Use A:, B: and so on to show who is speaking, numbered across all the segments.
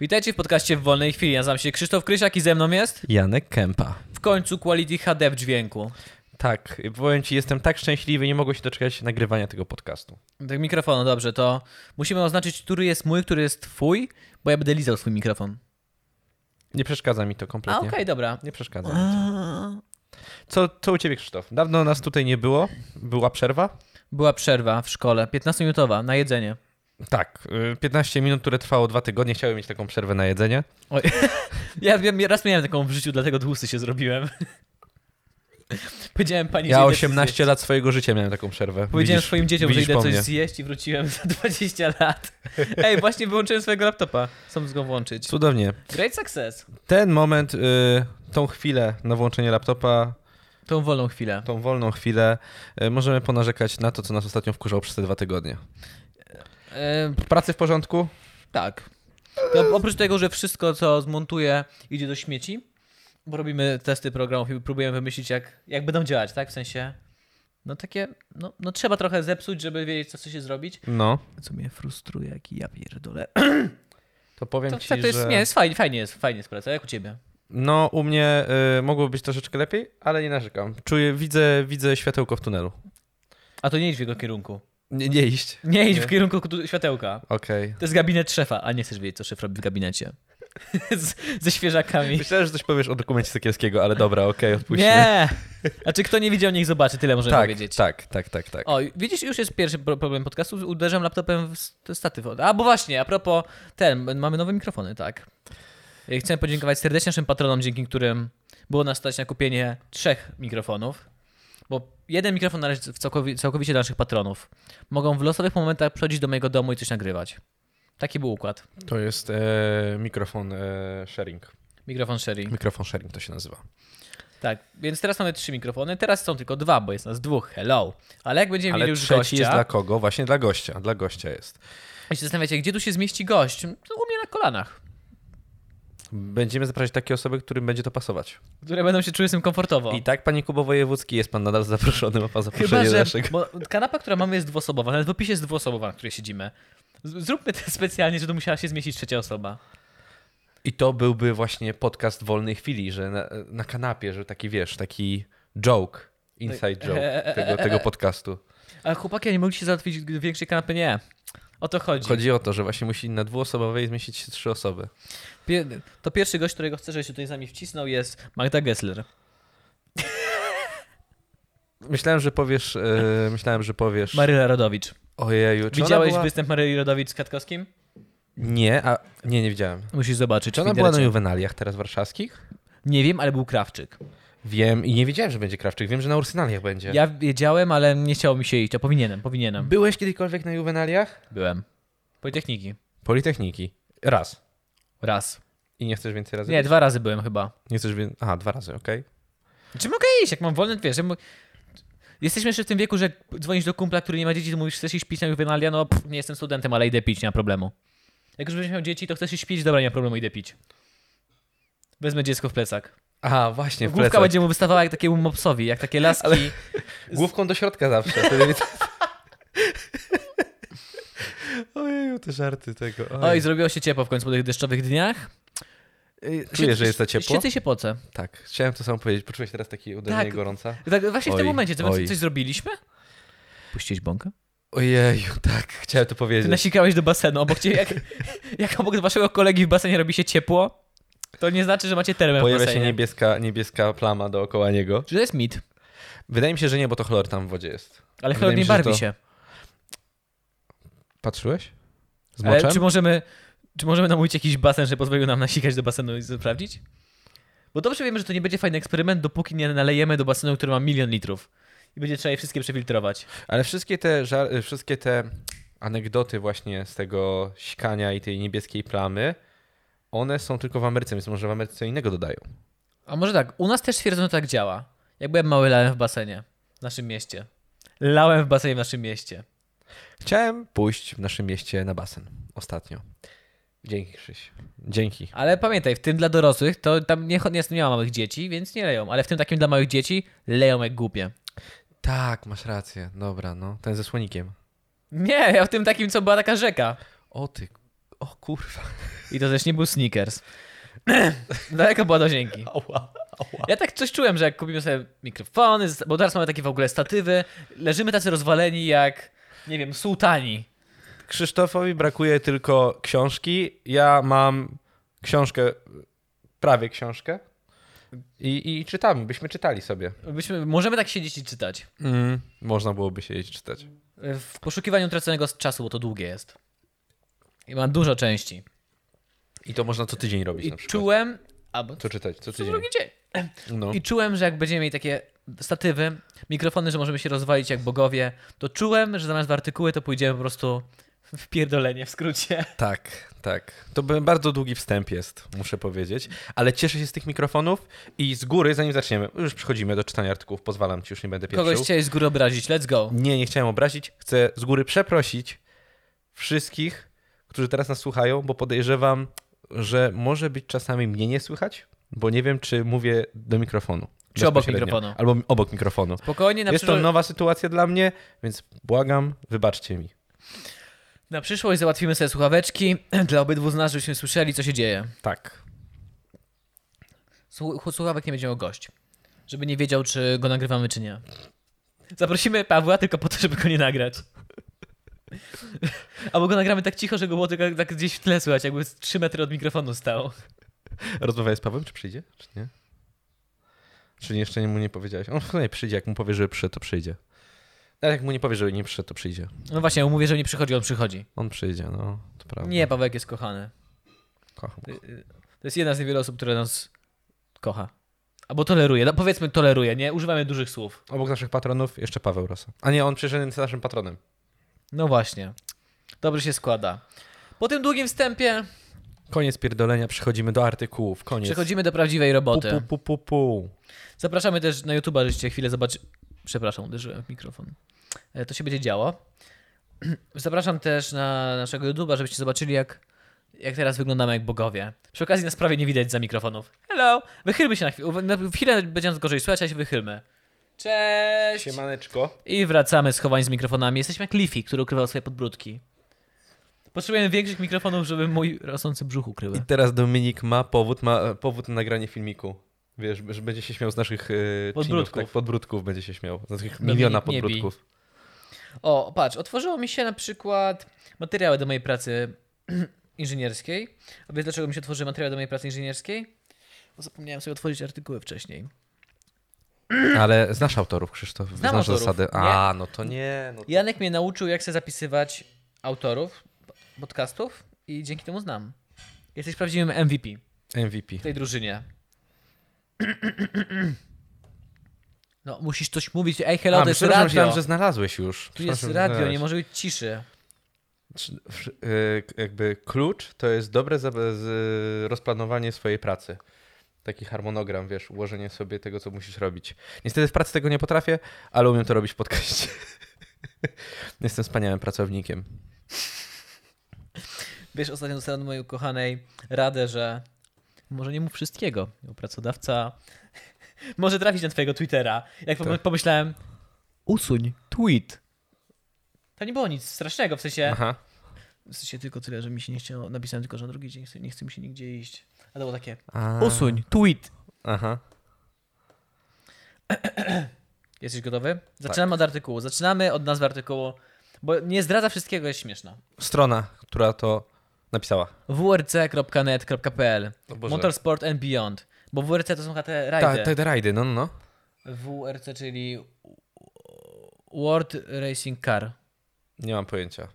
A: Witajcie w podcaście w wolnej chwili. Ja nazywam się Krzysztof Krysiak i ze mną jest
B: Janek Kępa.
A: w końcu Quality HD w dźwięku.
B: Tak, powiem ci, jestem tak szczęśliwy, nie mogę się doczekać nagrywania tego podcastu.
A: Tak, mikrofonu, dobrze, to musimy oznaczyć, który jest mój, który jest twój, bo ja będę lizał swój mikrofon.
B: Nie przeszkadza mi to
A: A,
B: kompletnie.
A: okej, dobra.
B: Nie przeszkadza mi to. Co, co u ciebie, Krzysztof? Dawno nas tutaj nie było. Była przerwa?
A: Była przerwa w szkole, 15-minutowa, na jedzenie.
B: Tak, y, 15 minut, które trwało dwa tygodnie. Chciałem mieć taką przerwę na jedzenie.
A: Oj. Ja, ja raz miałem taką w życiu, dlatego tłusty się zrobiłem. Powiedziałem pani, że
B: Ja
A: idę
B: 18
A: coś
B: lat swojego życia miałem taką przerwę.
A: Powiedziałem
B: Widzisz-
A: swoim dzieciom, że
B: widzisz
A: idę
B: po
A: coś
B: mnie.
A: zjeść i wróciłem za 20 lat. Ej, właśnie wyłączyłem swojego laptopa. Sam go włączyć.
B: Cudownie.
A: Great success.
B: Ten moment, y, tą chwilę na włączenie laptopa,
A: Tą wolną chwilę.
B: tą wolną chwilę, y, możemy ponarzekać na to, co nas ostatnio wkurzało przez te dwa tygodnie.
A: E,
B: Pracy w porządku?
A: tak. To oprócz tego, że wszystko, co zmontuję, idzie do śmieci, bo robimy testy programów i próbujemy wymyślić, jak, jak będą działać, tak? W sensie, no takie, no, no trzeba trochę zepsuć, żeby wiedzieć, co chce się zrobić.
B: No.
A: Co mnie frustruje, jak ja pierdolę.
B: To powiem
A: To,
B: ci,
A: to jest,
B: że...
A: nie, jest fajnie, fajnie jest, fajnie jest praca, jak u ciebie.
B: No, u mnie y, mogło być troszeczkę lepiej, ale nie narzekam. Czuję, widzę, widzę światełko w tunelu.
A: A to nie idź w jego kierunku.
B: Nie, nie iść.
A: Nie idź
B: Nie.
A: w kierunku kutu- światełka.
B: Okej.
A: To jest gabinet szefa, a nie chcesz wiedzieć, co szef robi w gabinecie. Z, ze świeżakami.
B: Myślałem, że coś powiesz o dokumencie Sekielskiego, ale dobra, okej, odpuśćmy.
A: Nie! Znaczy, kto nie widział, niech zobaczy, tyle możemy
B: tak,
A: powiedzieć.
B: tak, tak, tak, tak.
A: O, widzisz, już jest pierwszy pro- problem podcastu. Uderzam laptopem w st- statyw. A, bo właśnie, a propos ten, m- mamy nowe mikrofony, tak. I Chcę podziękować serdecznie naszym patronom, dzięki którym było nas stać na kupienie trzech mikrofonów. Bo jeden mikrofon należy w całkowi- całkowicie do naszych patronów. Mogą w losowych momentach przychodzić do mojego domu i coś nagrywać. Taki był układ.
B: To jest e, mikrofon e, sharing.
A: Mikrofon sharing.
B: Mikrofon sharing to się nazywa.
A: Tak, więc teraz mamy trzy mikrofony. Teraz są tylko dwa, bo jest nas dwóch. Hello. Ale jak będziemy
B: Ale
A: mieli już
B: trzeci
A: gościa...
B: jest dla kogo? Właśnie dla gościa. Dla gościa jest.
A: I się zastanawiacie, gdzie tu się zmieści gość? To u mnie na kolanach.
B: Będziemy zapraszać takie osoby, którym będzie to pasować.
A: które będą się czuły z tym komfortowo.
B: I tak, panie Kubo Wojewódzki, jest pan nadal zaproszony, ma pan zaproszenie
A: Chyba,
B: do
A: że
B: naszego...
A: bo kanapa, która mamy jest dwuosobowa, nawet w opisie jest dwuosobowa, na której siedzimy. Z- Zróbmy to specjalnie, żeby musiała się zmieścić trzecia osoba.
B: I to byłby właśnie podcast wolnej chwili, że na, na kanapie, że taki wiesz, taki joke, inside
A: Tak.
B: joke tego, tego podcastu.
A: Ale chłopaki, a nie mogli się załatwić g- większej kanapy? Nie. O to chodzi.
B: Chodzi o to, że właśnie musi na dwuosobowej zmieścić się trzy osoby.
A: Pie- to pierwszy gość, którego chcę, żebyś tutaj z nami wcisnął jest Magda Gessler.
B: Myślałem, że powiesz, e, myślałem, że powiesz.
A: Maryla Rodowicz.
B: Ojeju, czy
A: Widziałeś
B: ona była...
A: występ Maryli Rodowicz z Katkowskim?
B: Nie, a nie, nie widziałem.
A: Musisz zobaczyć.
B: Czy
A: w
B: ona była na
A: internecie.
B: juwenaliach teraz warszawskich?
A: Nie wiem, ale był Krawczyk.
B: Wiem i nie wiedziałem, że będzie Krawczyk. Wiem, że na Ursynaliach będzie.
A: Ja wiedziałem, ale nie chciało mi się iść, a powinienem, powinienem.
B: Byłeś kiedykolwiek na juwenaliach?
A: Byłem. Politechniki.
B: Politechniki. Raz.
A: Raz.
B: I nie chcesz więcej razy?
A: Nie,
B: być?
A: dwa razy byłem chyba.
B: nie chcesz więcej. Aha, dwa razy, okej.
A: Czy mogę iść, jak mam wolne, wiesz, ja mo- Jesteśmy jeszcze w tym wieku, że jak dzwonisz do kumpla, który nie ma dzieci, to mówisz, chcesz iść pić na juwenalia, no pff, nie jestem studentem, ale idę pić, nie ma problemu. Jak już będziesz miał dzieci, to chcesz iść pić, dobra, nie ma problemu, idę pić. Wezmę dziecko w plecak.
B: A, właśnie, w
A: Główka
B: plecach.
A: będzie mu wystawała jak takiemu mopsowi, jak takie laski.
B: Główką do środka zawsze. Wtedy- Ojeju, te żarty tego. Oj.
A: Oj, zrobiło się ciepło w końcu po tych deszczowych dniach. Yy,
B: Czujesz,
A: się-
B: że jest za ciepło?
A: Świecę się poce.
B: Tak, chciałem to samo powiedzieć. Poczułeś teraz takie uderzenie
A: Tak.
B: gorąca?
A: Tak, właśnie w tym
B: Oj,
A: momencie, to my
B: oj.
A: coś zrobiliśmy? Puścić bąkę?
B: Ojeju, tak, chciałem to
A: Ty
B: powiedzieć.
A: nasikałeś do basenu, obok ciebie, jak, jak obok waszego kolegi w basenie robi się ciepło, to nie znaczy, że macie termę w
B: Pojawia się
A: basenie.
B: niebieska, niebieska plama dookoła niego.
A: Czy to jest mit?
B: Wydaje mi się, że nie, bo to chlor tam w wodzie jest.
A: Ale
B: Wydaje
A: chlor
B: mi
A: nie
B: się, że
A: barwi
B: to-
A: się.
B: Patrzyłeś? Z moczem?
A: Ale czy możemy, czy możemy namówić jakiś basen, że pozwolił nam nasikać do basenu i sprawdzić? Bo dobrze wiemy, że to nie będzie fajny eksperyment, dopóki nie nalejemy do basenu, który ma milion litrów. I będzie trzeba je wszystkie przefiltrować.
B: Ale wszystkie te, żar... wszystkie te anegdoty właśnie z tego sikania i tej niebieskiej plamy, one są tylko w Ameryce, więc może w Ameryce co innego dodają.
A: A może tak, u nas też twierdzono, że tak działa. Jak byłem mały, lałem w basenie. W naszym mieście. Lałem w basenie w naszym mieście.
B: Chciałem pójść w naszym mieście na basen ostatnio. Dzięki, Krzyś. Dzięki.
A: Ale pamiętaj, w tym dla dorosłych, to tam nie, nie, nie ma małych dzieci, więc nie leją. Ale w tym takim dla małych dzieci, leją jak głupie.
B: Tak, masz rację. Dobra, no. Ten ze słonikiem.
A: Nie, ja w tym takim, co była taka rzeka.
B: O ty. O kurwa.
A: I to też nie był sneakers. Daleko była do zięki.
B: Ała, ała.
A: Ja tak coś czułem, że jak kupimy sobie mikrofony, z- bo teraz mamy takie w ogóle statywy, leżymy tacy rozwaleni jak, nie wiem, sułtani.
B: Krzysztofowi brakuje tylko książki. Ja mam książkę, prawie książkę. I, i czytamy, byśmy czytali sobie.
A: Byśmy, możemy tak siedzieć i czytać.
B: Mm. Można byłoby się jej czytać.
A: W poszukiwaniu traconego czasu, bo to długie jest. I ma dużo części.
B: I to można co tydzień robić
A: I
B: na przykład.
A: czułem, albo
B: Co czytać, co
A: co
B: tydzień.
A: drugi dzień.
B: No.
A: I czułem, że jak będziemy mieli takie statywy, mikrofony, że możemy się rozwalić jak bogowie, to czułem, że zamiast w artykuły to pójdziemy po prostu w pierdolenie w skrócie.
B: Tak, tak. To by- bardzo długi wstęp jest, muszę powiedzieć. Ale cieszę się z tych mikrofonów i z góry, zanim zaczniemy, już przechodzimy do czytania artykułów, pozwalam ci, już nie będę
A: Kogoś
B: pieprzył.
A: chciałeś z góry obrazić, let's go.
B: Nie, nie chciałem obrazić. Chcę z góry przeprosić wszystkich, którzy teraz nas słuchają, bo podejrzewam, że może być czasami mnie nie słychać, bo nie wiem, czy mówię do mikrofonu.
A: Czy obok
B: Bezpośrednio.
A: mikrofonu.
B: Albo mi- obok mikrofonu.
A: Spokojnie, na,
B: Jest to
A: przyszło-
B: nowa sytuacja dla mnie, więc błagam, wybaczcie mi. no-
A: na przyszłość załatwimy sobie słuchaweczki dla obydwu z nas, żebyśmy słyszeli, co się dzieje.
B: Tak.
A: Słu- Słuchawek nie będzie miał gość, żeby nie wiedział, czy go nagrywamy, czy nie. Zaprosimy Pawła tylko po to, żeby go nie nagrać. Albo go nagramy tak cicho, że go było tylko tak gdzieś w tle słychać, jakby z 3 metry od mikrofonu stał.
B: Rozmawiałeś z Pawłem, czy przyjdzie, czy nie? Czy jeszcze nie- mu nie powiedziałeś? On chyba nie przyjdzie, jak mu powie, że przyszedł, to przyjdzie. Ale jak mu nie powie, że nie przyszedł, to przyjdzie.
A: No właśnie, ja mu mówię, że nie przychodzi, on przychodzi.
B: On przyjdzie, no, to prawda.
A: Nie, Pawełek jest kochany.
B: Kocham. go.
A: To jest jedna z niewielu osób, które nas kocha. Albo toleruje. No powiedzmy toleruje, nie? Używamy dużych słów.
B: Obok naszych patronów jeszcze Paweł Rosa. A nie, on przyszedł jest naszym patronem.
A: No właśnie. Dobrze się składa. Po tym długim wstępie
B: Koniec pierdolenia, przechodzimy do artykułów. Koniec.
A: przechodzimy do prawdziwej
B: pu,
A: roboty.
B: pu, pu, pu, pu.
A: Zapraszamy też na YouTube'a, żeście chwilę zobaczy... Przepraszam, uderzyłem w mikrofon. E, To się będzie działo. Zapraszam też na naszego YouTube'a, żebyście zobaczyli, jak, jak teraz wyglądamy jak bogowie. Przy okazji nas prawie nie widać za mikrofonów. Hello! Wychylmy się na chwilę. Na chwilę będzie nas gorzej słychać, a się wychylmy. Cześć!
B: Siemaneczko.
A: I wracamy schowani z mikrofonami. Jesteśmy jak Leafy, który ukrywał swoje podbródki. Potrzebujemy większych mikrofonów, żeby mój rosnący brzuch
B: I
A: ukryły.
B: teraz Dominik ma powód, ma e, powód na nagranie filmiku. Wiesz, że będzie się śmiał z naszych yy,
A: Podbródków.
B: tak, podbródków będzie się śmiał. Z naszych
A: Dominik
B: miliona
A: nie bij.
B: podbródków.
A: O, patrz, otworzyło mi się na przykład materiały do mojej pracy inżynierskiej. A wiesz dlaczego mi się otworzyły materiały do mojej pracy inżynierskiej? Bo zapomniałem sobie otworzyć artykuły wcześniej.
B: Ale znasz autorów, Krzysztof?
A: Znam
B: znasz
A: autorów.
B: zasady.
A: Nie.
B: A, no to nie. No to...
A: Janek mnie nauczył, jak się zapisywać autorów podcastów i dzięki temu znam. Jesteś prawdziwym MVP
B: MVP.
A: w tej drużynie. No, musisz coś mówić. Ej, hello,
B: A,
A: to jest
B: myślałem, że
A: radio.
B: myślałem, że znalazłeś już.
A: Tu jest
B: Myślałem, że
A: radio, nie
B: znalazłeś.
A: może być ciszy.
B: Czy- w- y, k- Jakby klucz to jest dobre za- z- rozplanowanie swojej pracy. Taki harmonogram, wiesz, ułożenie sobie tego, co musisz robić. Niestety w pracy tego nie potrafię, ale umiem to robić w podcaście. Jestem wspaniałym pracownikiem.
A: Wiesz, ostatnio dostałem od mojej ukochanej radę, że może nie mów wszystkiego, bo pracodawca może trafić na twojego Twittera. Jak pom-
B: Tak.
A: pomyślałem, usuń tweet. To nie było nic strasznego, w sensie,
B: Aha.
A: w sensie tylko tyle, że mi się nie chciało, napisałem tylko, że na drugi dzień nie chce, nie chce mi się nigdzie iść. A to było takie,
B: A,
A: usuń tweet.
B: Aha.
A: Jesteś gotowy?
B: Tak.
A: Zaczynamy od artykułu, zaczynamy od nazwy artykułu, bo nie zdradza wszystkiego, jest śmieszna.
B: Strona, która to napisała.
A: wrc.net.pl
B: O Boże.
A: Motorsport and Beyond, bo WRC to są te rajdy.
B: Tak, tak, rajdy, no, no.
A: WRC, czyli World Racing Car.
B: Nie mam pojęcia.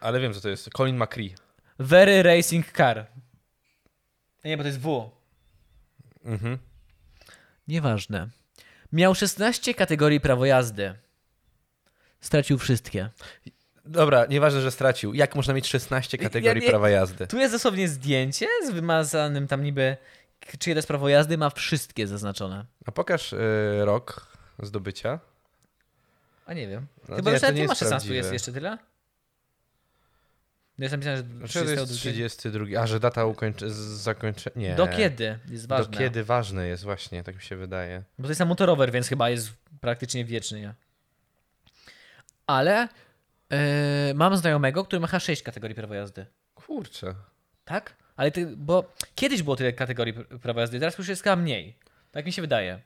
B: Ale wiem, że to jest Colin McCree.
A: Very Racing Car. No Nie, bo to jest W.
B: Mhm.
A: Nieważne. Miał 16 kategorii prawo jazdy. Stracił wszystkie.
B: Dobra, nieważne, że stracił. Jak można mieć 16
A: Ja
B: kategorii
A: nie-
B: prawa jazdy?
A: Tu jest dosłownie zdjęcie z wymazanym tam niby, k- czyje to jest prawo jazdy, ma wszystkie zaznaczone.
B: A pokaż y, rok zdobycia.
A: A nie wiem.
B: No
A: Chyba
B: nie,
A: już
B: to
A: nawet
B: nie
A: nie ma
B: jest
A: 16,
B: prawdziwe.
A: jest jeszcze tyle? No jest napisane, że
B: Znaczy, to jest
A: 32.
B: 32. A że data ukończy... z- zakończenia.
A: Do kiedy jest
B: Do
A: ważne.
B: kiedy ważne jest właśnie, tak mi się wydaje.
A: Bo to jest na motorower, więc chyba jest praktycznie wieczny. Nie? e, Ale yy, mam znajomego, który ma H6 kategorii prawa jazdy.
B: Kurczę.
A: Tak? Ale ty, bo kiedyś było tyle kategorii pr- prawa jazdy, teraz już jest chyba mniej. Tak mi się wydaje.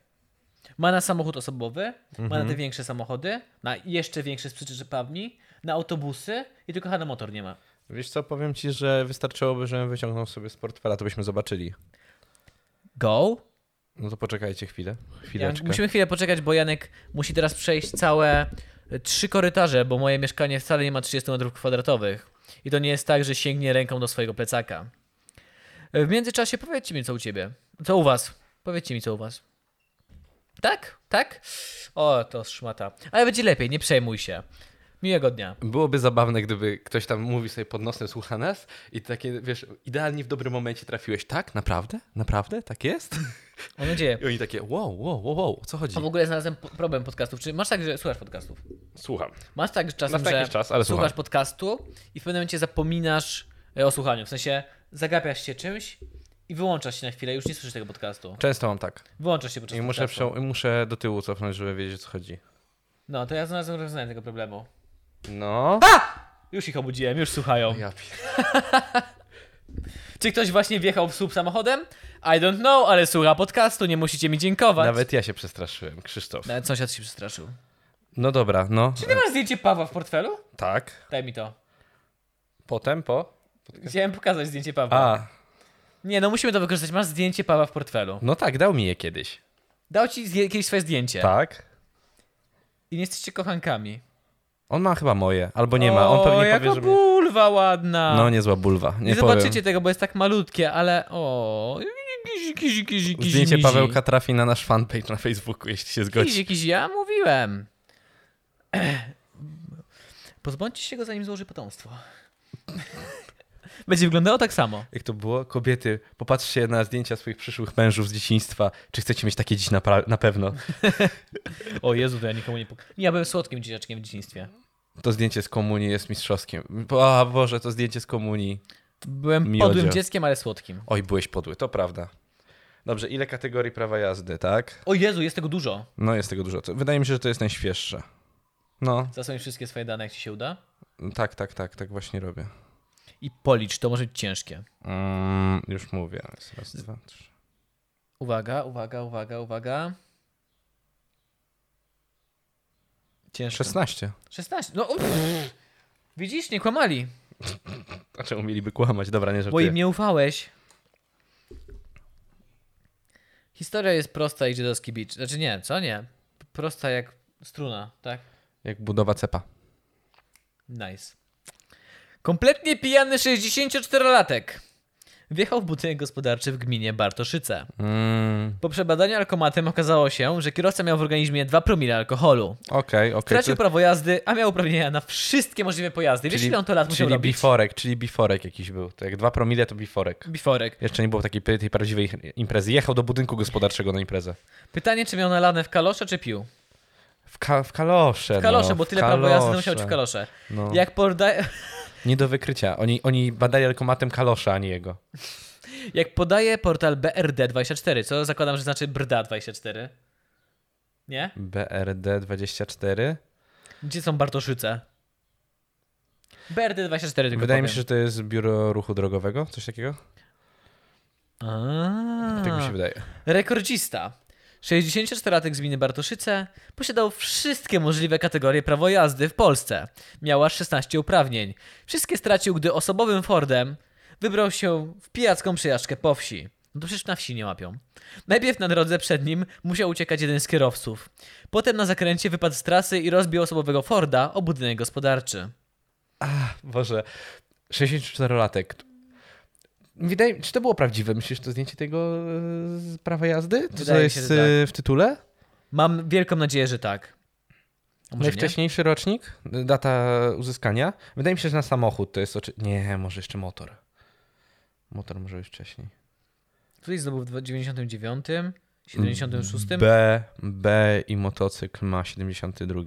A: Ma na samochód osobowy, ma na te większe samochody, na jeszcze większe sprzyczepawni, na autobusy i tylko chyba na motor nie ma.
B: Wiesz co, powiem ci, że wystarczyłoby, żebym wyciągnął sobie z portfela, to byśmy zobaczyli.
A: Go?
B: No to poczekajcie chwilę.
A: Ja,
B: Chwileczkę.
A: musimy chwilę poczekać, bo Janek musi teraz przejść całe y, trzy korytarze, bo moje mieszkanie wcale nie ma 30 metrów kwadratowych. I to nie jest tak, że sięgnie ręką do swojego plecaka. Y, W międzyczasie powiedzcie mi, co u ciebie. Co u was? Powiedzcie mi, co u was. Tak? Tak? O, to szmata. Ale będzie lepiej, nie przejmuj się. Miłego dnia.
B: Byłoby zabawne, gdyby ktoś tam mówi sobie pod nosem, słucha nas i takie, wiesz, idealnie w dobrym momencie trafiłeś. Tak? Naprawdę? Naprawdę? Tak jest?
A: Mam nadzieję.
B: I oni takie, wow, wow, wow, wow, o co chodzi?
A: A w ogóle znalazłem po- problem podcastów. Czy masz tak, że słuchasz podcastów?
B: Słucham.
A: Masz tak czasem,
B: Masz taki
A: że
B: czas, ale
A: słuchasz
B: słucham.
A: podcastu i w pewnym momencie zapominasz e, o słuchaniu. W sensie zagapiasz się czymś i wyłączasz się na chwilę, już nie słyszysz tego podcastu.
B: Często mam tak.
A: Wyłączasz się podczas
B: I muszę,
A: podcastu.
B: prze- muszę do tyłu cofnąć, żeby wiedzieć, o co chodzi.
A: No, to ja znalazłem rozwiązanie tego problemu.
B: No.
A: Już ich obudziłem, już słuchają.
B: Ja pier...
A: Czy ktoś właśnie wjechał w słup samochodem? I don't know, ale słucha podcastu, nie musicie mi dziękować.
B: Nawet ja się przestraszyłem, Krzysztof.
A: Nawet sąsiad się przestraszył.
B: No dobra, no.
A: Ty masz zdjęcie Pawła w portfelu?
B: Tak.
A: Daj mi to.
B: Potem po.
A: Chciałem pokazać zdjęcie Pawła.
B: A,
A: Nie, no musimy to wykorzystać. Masz zdjęcie Pawła w portfelu.
B: no tak, dał mi je kiedyś.
A: Dał ci zdję- kiedyś swoje zdjęcie.
B: Tak.
A: I nie jesteście kochankami.
B: On ma chyba moje, albo nie ma. On pewnie
A: jaka
B: powie, że. mi-
A: bulwa ładna.
B: No niezła bulwa. Nie,
A: nie zobaczycie
B: powiem.
A: tego, bo jest tak malutkie, ale o. Kizi, kizi, kizi, kizi,
B: Zdjęcie
A: mizi.
B: Pawełka trafi na nasz fanpage na Facebooku, jeśli się zgodzi.
A: Kizi, kizi, ja mówiłem. Pozbądźcie się go, zanim złoży potomstwo. Będzie wyglądało tak samo.
B: Jak to było? Kobiety, popatrzcie na zdjęcia swoich przyszłych mężów z dzieciństwa. Czy chcecie mieć takie dziś na, pra- na pewno?
A: O Jezu, to ja nikomu nie pok... Nie, ja byłem słodkim dzieciaczkiem w dzieciństwie.
B: To zdjęcie z komunii jest mistrzowskim. O Boże, to zdjęcie z komunii.
A: Byłem
B: Miodzie.
A: podłym dzieckiem, ale słodkim.
B: Oj, byłeś podły, to prawda. Dobrze, ile kategorii prawa jazdy, tak?
A: O Jezu, jest tego dużo.
B: No jest tego dużo. To- Wydaje mi się, że to jest najświeższe. No,
A: Zasuń wszystkie swoje dane, jak ci się uda.
B: tak, tak, tak, tak właśnie robię.
A: I policz, to może być ciężkie.
B: Mm, już mówię. Jest Raz, dwa, trzy.
A: Uwaga, uwaga, uwaga, uwaga. Ciężko.
B: 16.
A: 16. No, uff. Widzisz, nie kłamali.
B: A czemu mieliby kłamać? Dobra, nie
A: Bo
B: żartuję.
A: im nie ufałeś. Historia jest prosta jak żydowski bicz. Znaczy nie, co nie? Prosta jak struna, tak?
B: Jak budowa cepa.
A: Nice. Kompletnie pijany 64-latek wjechał w budynek gospodarczy w gminie Bartoszyce.
B: Mm,
A: Po przebadaniu alkomatem okazało się, że kierowca miał w organizmie 2 promile alkoholu.
B: Okej, okej.
A: Tracił
B: to-
A: prawo jazdy, a miał uprawnienia na wszystkie możliwe pojazdy. Wiesz, ile on to lat musiał
B: czyli
A: robić?
B: biforek, czyli biforek jakiś był. To jak dwa promile, to biforek.
A: Biforek.
B: Jeszcze nie było takiej py- tej prawdziwej imprezy. Jechał do budynku gospodarczego na imprezę.
A: Pytanie, czy miał nalane w kalosze, czy pił?
B: W, ka- w kalosze.
A: W kalosze,
B: no,
A: bo
B: w
A: tyle prawo jazdy to musiał być
B: kalosze.
A: w kalosze.
B: No.
A: Jak, porda-
B: Nie do wykrycia. Oni, oni badali alkomatem kalosza, a nie jego.
A: Jak podaje portal BRD24, co zakładam, że znaczy BRDA24. Nie?
B: BRD24.
A: Gdzie są Bartoszyce? BRD24 tylko
B: Wydaje
A: powiem.
B: mi się, że to jest biuro ruchu drogowego, coś takiego.
A: Aaa.
B: Tak mi się wydaje.
A: Rekordzista. 64-latek z gminy Bartoszyce posiadał wszystkie możliwe kategorie prawo jazdy w Polsce. Miał aż 16 uprawnień. Wszystkie stracił, gdy osobowym Fordem wybrał się w pijacką przejażdżkę po wsi. No to przecież na wsi nie łapią. Najpierw na drodze przed nim musiał uciekać jeden z kierowców. Potem na zakręcie wypadł z trasy i rozbił osobowego Forda o budynek gospodarczy.
B: Boże, 64-latek. Wydaje, czy to było prawdziwe? Myślisz, to zdjęcie tego e, z prawa jazdy? To, co
A: Wydaje mi się,
B: jest
A: że tak.
B: e, w tytule?
A: Mam wielką nadzieję, że tak. A
B: No
A: może nie?
B: Najwcześniejszy rocznik, data uzyskania. Wydaje mi się, że na samochód to jest oczy... Nie, może jeszcze motor. Motor może już wcześniej.
A: Tutaj zdobył w 99, 76.
B: B, B i motocykl ma 72.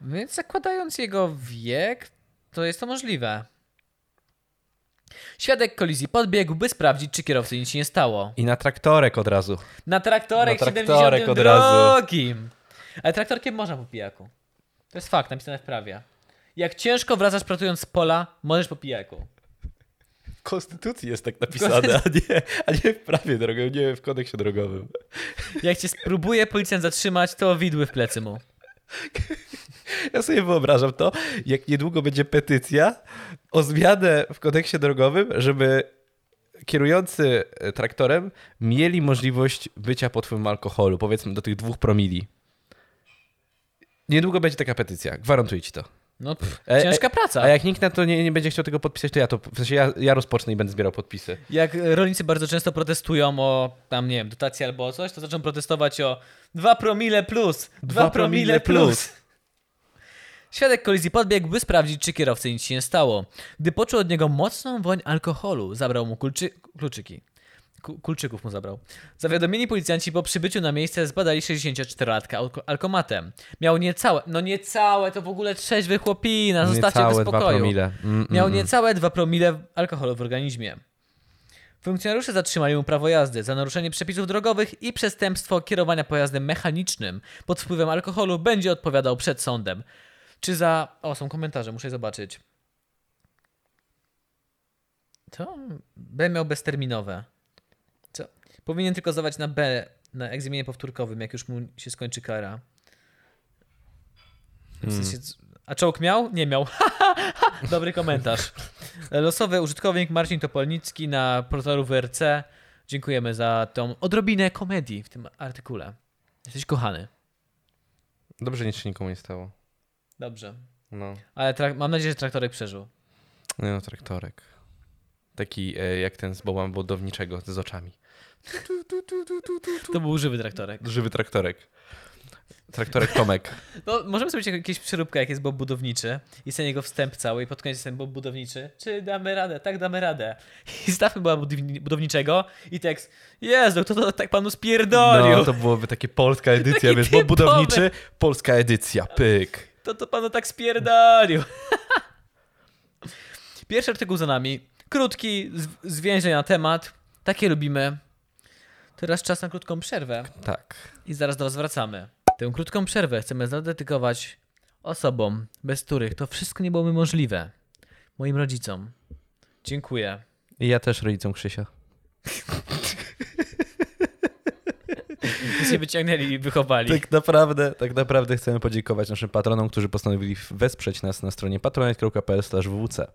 A: Więc zakładając jego wiek, to jest to możliwe. Świadek kolizji podbiegł, by sprawdzić, czy kierowcy nic się nie stało.
B: I na traktorek od razu.
A: Na traktorek,
B: Na
A: na
B: traktorek
A: 72.
B: od razu.
A: Ale traktorkiem można po pijaku. To jest fakt, napisane w prawie. Jak ciężko wracasz pracując z pola, możesz po pijaku.
B: konstytucji jest tak napisane, a nie, a nie w prawie drogowym, nie w kodeksie drogowym.
A: Jak cię spróbuje policjant zatrzymać, to widły w plecy mu.
B: Ja sobie wyobrażam to, jak niedługo będzie petycja o zmianę w kodeksie drogowym, żeby kierujący traktorem mieli możliwość bycia pod wpływem alkoholu, powiedzmy do tych dwóch promili. Niedługo będzie taka petycja, gwarantuję ci to.
A: No, pff,
B: E,
A: ciężka praca.
B: A jak nikt na to nie, nie będzie chciał tego podpisać, to ja to w sensie ja, ja rozpocznę i będę zbierał podpisy.
A: Jak rolnicy bardzo często protestują o tam, nie wiem, dotacje albo o coś, to zaczą protestować o 2 promile plus. 2 promile plus. Świadek kolizji podbiegł, by sprawdzić, czy kierowcy nic się nie stało. Gdy poczuł od niego mocną woń alkoholu, zabrał mu kulczy... kluczyki. Ku- Kulczyków mu zabrał. Zawiadomieni policjanci po przybyciu na miejsce zbadali 64-latka alko- alkomatem. Miał niecałe, no niecałe, to w ogóle trzeźwy chłopina, zostawcie go w
B: Niecałe dwa
A: spokoju.
B: promile. Mm,
A: Miał
B: mm, mm.
A: niecałe 2 promile alkoholu w organizmie. Funkcjonariusze zatrzymali mu prawo jazdy za naruszenie przepisów drogowych i przestępstwo kierowania pojazdem mechanicznym pod wpływem alkoholu będzie odpowiadał przed sądem. Czy za. O, są komentarze, muszę zobaczyć. To B miał bezterminowe. Co? Powinien tylko zdawać na B, na egzaminie powtórkowym, jak już mu się skończy kara. W
B: Hmm.
A: sensie, c- a czołg miał? Nie miał. Dobry komentarz. Losowy użytkownik Marcin Topolnicki na portalu WRC. Dziękujemy za tą odrobinę komedii w tym artykule. Jesteś kochany.
B: Dobrze, nic się nikomu nie stało.
A: Dobrze.
B: No,
A: Ale trak- mam nadzieję, że traktorek przeżył.
B: nie no, traktorek. Taki e, jak ten z Bobem Budowniczego z oczami. Tu, tu, tu, tu, tu, tu, tu.
A: To był żywy traktorek.
B: Żywy traktorek. Traktorek Tomek.
A: No, możemy zrobić jakieś przeróbkę, jak jest Bob budowniczy i sen jego wstęp cały i pod koniec jest ten Bob budowniczy. Czy damy radę? Tak, damy radę. I stawmy Boba budowni- budowniczego i tekst Jezu, kto to tak panu spierdolił?
B: No, to byłoby takie polska edycja,
A: Taki
B: wiesz, Bob
A: typowy.
B: Budowniczy, polska edycja, pyk.
A: To to panu tak spierdolił. Pierwszy artykuł za nami. Krótki, z- zwięźle na temat. Takie lubimy. Teraz czas na krótką przerwę
B: Tak.
A: i zaraz do Was wracamy. Tę krótką przerwę chcemy zadedykować osobom, bez których to wszystko nie byłoby możliwe. Moim rodzicom. Dziękuję.
B: I ja też rodzicom Krzysia.
A: Że się wyciągnęli i wychowali.
B: Tak naprawdę, tak naprawdę chcemy podziękować naszym patronom, którzy postanowili wesprzeć nas na stronie patronite.pl/wwc.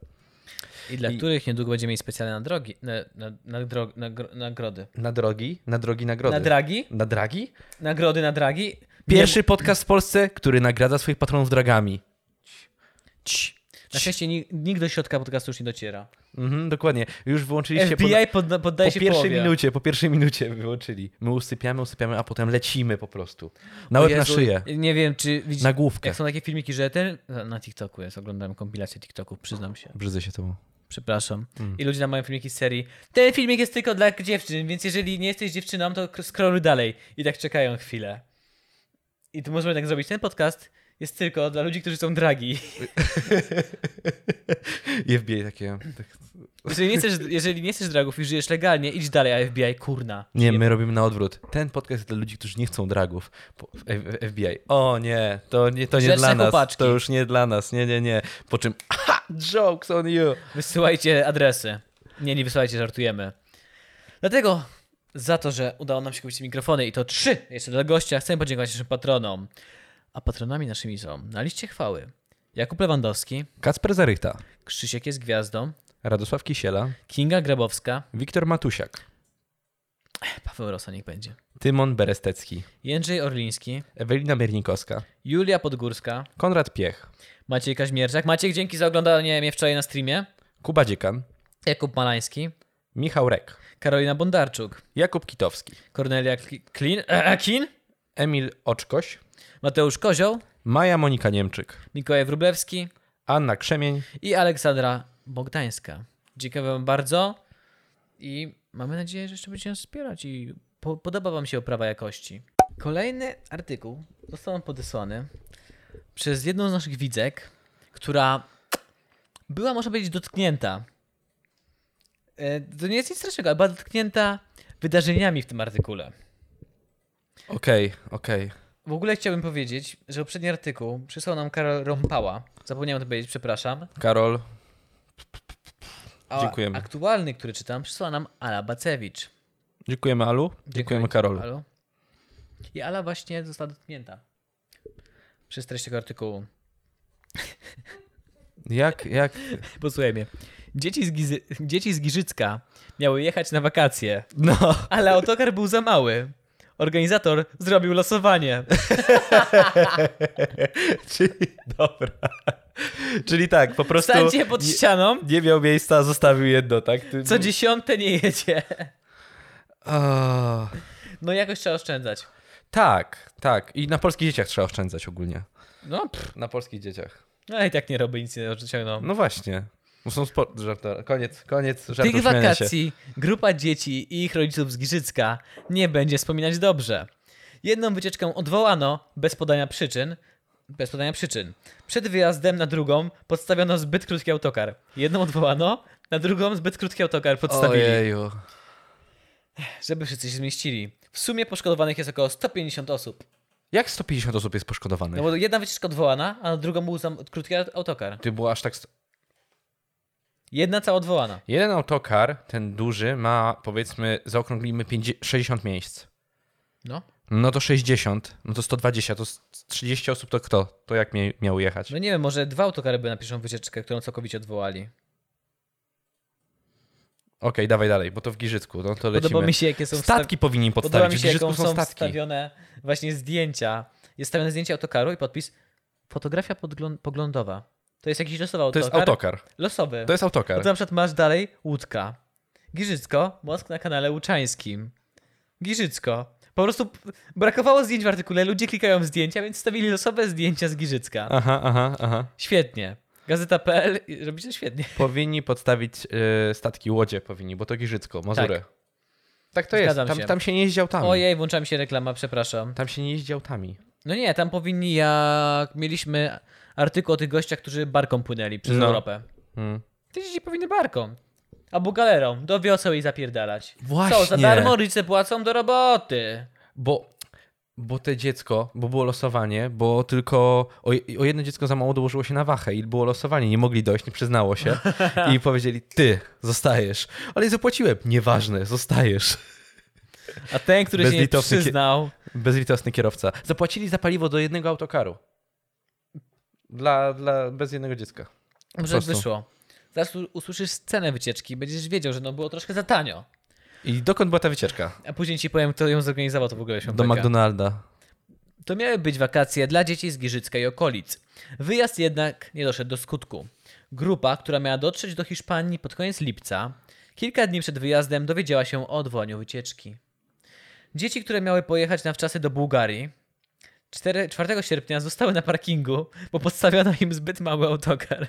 A: I dla
B: i-
A: których niedługo będziemy mieli specjalne nadrogi, na, na, na, drog, na, gro- nagrody.
B: Na drogi, na drogi nagrody.
A: Na dragi?
B: na dragi?
A: Nagrody na dragi?
B: Pierwszy podcast w Polsce, który nagradza swoich patronów dragami.
A: Cii. Na szczęście ni- nikt do środka podcastu już nie dociera.
B: Mhm, dokładnie. Już wyłączyliście po,
A: FBI podda- poddaje
B: po
A: się
B: pierwszej
A: połowie.
B: minucie, po pierwszej minucie wyłączyli. My usypiamy, usypiamy, a potem lecimy po prostu. Na
A: O
B: łeb na
A: Jezu,
B: szyję,
A: Nie wiem, czy widzisz,
B: na główkę.
A: jak są takie filmiki, że ten... Na TikToku jest, oglądałem kompilację TikToków, przyznam się.
B: Brzydzę się tobą.
A: Przepraszam.
B: Mm.
A: I ludzie tam mają filmiki z serii. Ten filmik jest tylko dla dziewczyn, więc jeżeli nie jesteś dziewczyną, to k- scrolluj dalej. I tak czekają chwilę. I tu możemy tak zrobić. Ten podcast jest tylko dla ludzi, którzy są dragi.
B: I FBI takie... Tak.
A: Jeżeli nie chcesz, jeżeli nie chcesz dragów i żyjesz legalnie, idź dalej, a FBI, kurna.
B: Nie, my robimy na odwrót. Ten podcast jest dla ludzi, którzy nie chcą dragów. Po- F- F- FBI. O nie, to nie, to nie
A: Grzeczne
B: dla nas.
A: chłopaczki.
B: To już nie dla nas. Nie, nie, nie. Po czym... Aha, jokes on you.
A: Wysyłajcie adresy. Nie, nie wysyłajcie, żartujemy. Dlatego za to, że udało nam się kupić mikrofony i to trzy jeszcze dla gościa, chcę podziękować naszym patronom. A patronami naszymi są na liście chwały Jakub Lewandowski,
B: Kacper Zarychta,
A: Krzysiek jest gwiazdą,
B: Radosław Kisiela,
A: Kinga Grabowska,
B: Wiktor Matusiak,
A: Paweł Rosa niech będzie,
B: Tymon Berestecki,
A: Jędrzej Orliński,
B: Ewelina Miernikowska,
A: Julia Podgórska,
B: Konrad Piech,
A: Maciej Kaźmierczak. Maciek, dzięki za oglądanie mnie wczoraj na streamie.
B: Kuba Dziekan,
A: Jakub Malański,
B: Michał Rek,
A: Karolina Bondarczuk,
B: Jakub Kitowski,
A: Kornelia Kli- Klin, Kin,
B: Emil Oczkoś,
A: Mateusz Kozioł,
B: Maja Monika Niemczyk,
A: Mikołaj Wróblewski,
B: Anna Krzemień.
A: i Aleksandra Bogdańska. Dziękuję Wam bardzo i mamy nadzieję, że jeszcze będziecie nas wspierać i po podoba Wam się oprawa jakości. Kolejny artykuł został nam podesłany przez jedną z naszych widzek, która była, można powiedzieć, dotknięta. E, To nie jest nic strasznego, ale była dotknięta wydarzeniami w tym artykule.
B: Okej, okej.
A: W ogóle chciałbym powiedzieć, że poprzedni artykuł przysłał nam Karol Rąpała. Zapomniałem to powiedzieć, przepraszam.
B: Karol,
A: A
B: Dziękujemy.
A: aktualny, który czytam, przysłał nam Ala Bacewicz.
B: Dziękujemy Alu. Dziękujemy Karolu.
A: Halo? I Ala właśnie została dotknięta przez treść tego artykułu.
B: Jak, jak?
A: Posłuchaj mnie. Dzieci z, Gizy... Dzieci z Giżycka miały jechać na wakacje,
B: No.
A: ale autokar był za mały. Organizator zrobił losowanie.
B: Czyli, dobra. Czyli tak, po prostu
A: Stańcie pod ścianą,
B: nie miał miejsca, zostawił jedno, tak? Ty...
A: co dziesiąte nie jedzie.
B: O,
A: No jakoś trzeba oszczędzać.
B: tak, tak. I na polskich dzieciach trzeba oszczędzać ogólnie.
A: No, pff.
B: Na polskich dzieciach.
A: no i tak nie robię, nic nie odciągnął.
B: No właśnie. No są sport, żarta. Koniec, koniec żartu,
A: Tych
B: śmiania się.
A: wakacji grupa dzieci i ich rodziców z Giżycka nie będzie wspominać dobrze. Jedną wycieczkę odwołano bez podania przyczyn. Bez podania przyczyn. Przed wyjazdem na drugą podstawiono zbyt krótki autokar. Jedną odwołano, na drugą zbyt krótki autokar podstawili,
B: Ojeju.
A: żeby wszyscy się zmieścili. W sumie poszkodowanych jest około 150 osób.
B: Jak 150 osób jest poszkodowanych?
A: No bo jedna wycieczka odwołana, a na drugą był sam krótki autokar.
B: Ty było aż tak... sto-
A: Jedna cała odwołana.
B: Jeden autokar, ten duży, ma powiedzmy, zaokrąglimy 50, 60 miejsc.
A: No.
B: No to 60, no to 120, to s- 30 osób to kto? To jak mie- miał jechać?
A: No nie wiem, może dwa autokary były na pierwszą wycieczkę, którą całkowicie odwołali.
B: Okej, dawaj dalej, bo to w Giżycku, no to
A: Podoba
B: lecimy.
A: mi się, jakie są wsta-
B: Statki powinni im
A: Podoba
B: podstawić,
A: mi
B: w
A: się,
B: Giżycku
A: jaką
B: są
A: są
B: statki.
A: wstawione właśnie zdjęcia. Jest stawione zdjęcie autokaru i podpis fotografia podglą- poglądowa. To jest jakiś losowy
B: To
A: autokar.
B: jest autokar,
A: Losowy.
B: to jest
A: No
B: autokar.
A: to na przykład masz dalej Łódka. Giżycko, Mosk na kanale Łuczańskim. Giżycko. Po prostu p- brakowało zdjęć w artykule, ludzie klikają zdjęcia, więc stawili losowe zdjęcia z Giżycka.
B: Aha, aha, aha. Świetnie.
A: Gazeta.pl i- robi to świetnie.
B: Powinni podstawić y, statki, łodzie powinni, bo to Giżycko, Mazury. Tak, to jest,
A: Zgadzam
B: tam
A: się.
B: się. tam się nie jeździ autami.
A: Ojej, włącza mi się reklama, przepraszam.
B: Tam się nie jeździ autami.
A: No nie, tam powinni, jak mieliśmy artykuł o tych gościach, którzy barką płynęli przez
B: No.
A: Europę.
B: Hmm.
A: Te dzieci powinny barką. Albo galerą, do wioseł i zapierdalać. Co, za
B: Właśnie.
A: darmo rodzice płacą do roboty.
B: Bo, bo te dziecko, bo było losowanie, bo tylko o, o jedno dziecko za mało dołożyło się na wachę i było losowanie, nie mogli dojść, nie przyznało się i powiedzieli, ty, zostajesz. Ale nie zapłaciłem, nieważne, zostajesz.
A: A ten, który się nie
B: Bezlitosny kie-
A: przyznał,
B: Bezlitosny kierowca. Zapłacili za paliwo do jednego autokaru. Dla, dla, bez jednego dziecka.
A: może
B: prostu.
A: wyszło. Zaraz u- usłyszysz cenę wycieczki, będziesz wiedział, że no było troszkę za tanio.
B: I dokąd była ta wycieczka?
A: A później ci powiem, kto ją zorganizował, to w ogóle się
B: Do McDonalda.
A: To miały być wakacje dla dzieci z Giżycka i okolic. Wyjazd jednak nie doszedł do skutku. Grupa, która miała dotrzeć do Hiszpanii pod koniec lipca, kilka dni przed wyjazdem dowiedziała się o odwołaniu wycieczki. Dzieci, które miały pojechać na wczasy do Bułgarii, 4, 4 sierpnia zostały na parkingu, bo podstawiono im zbyt mały autokar.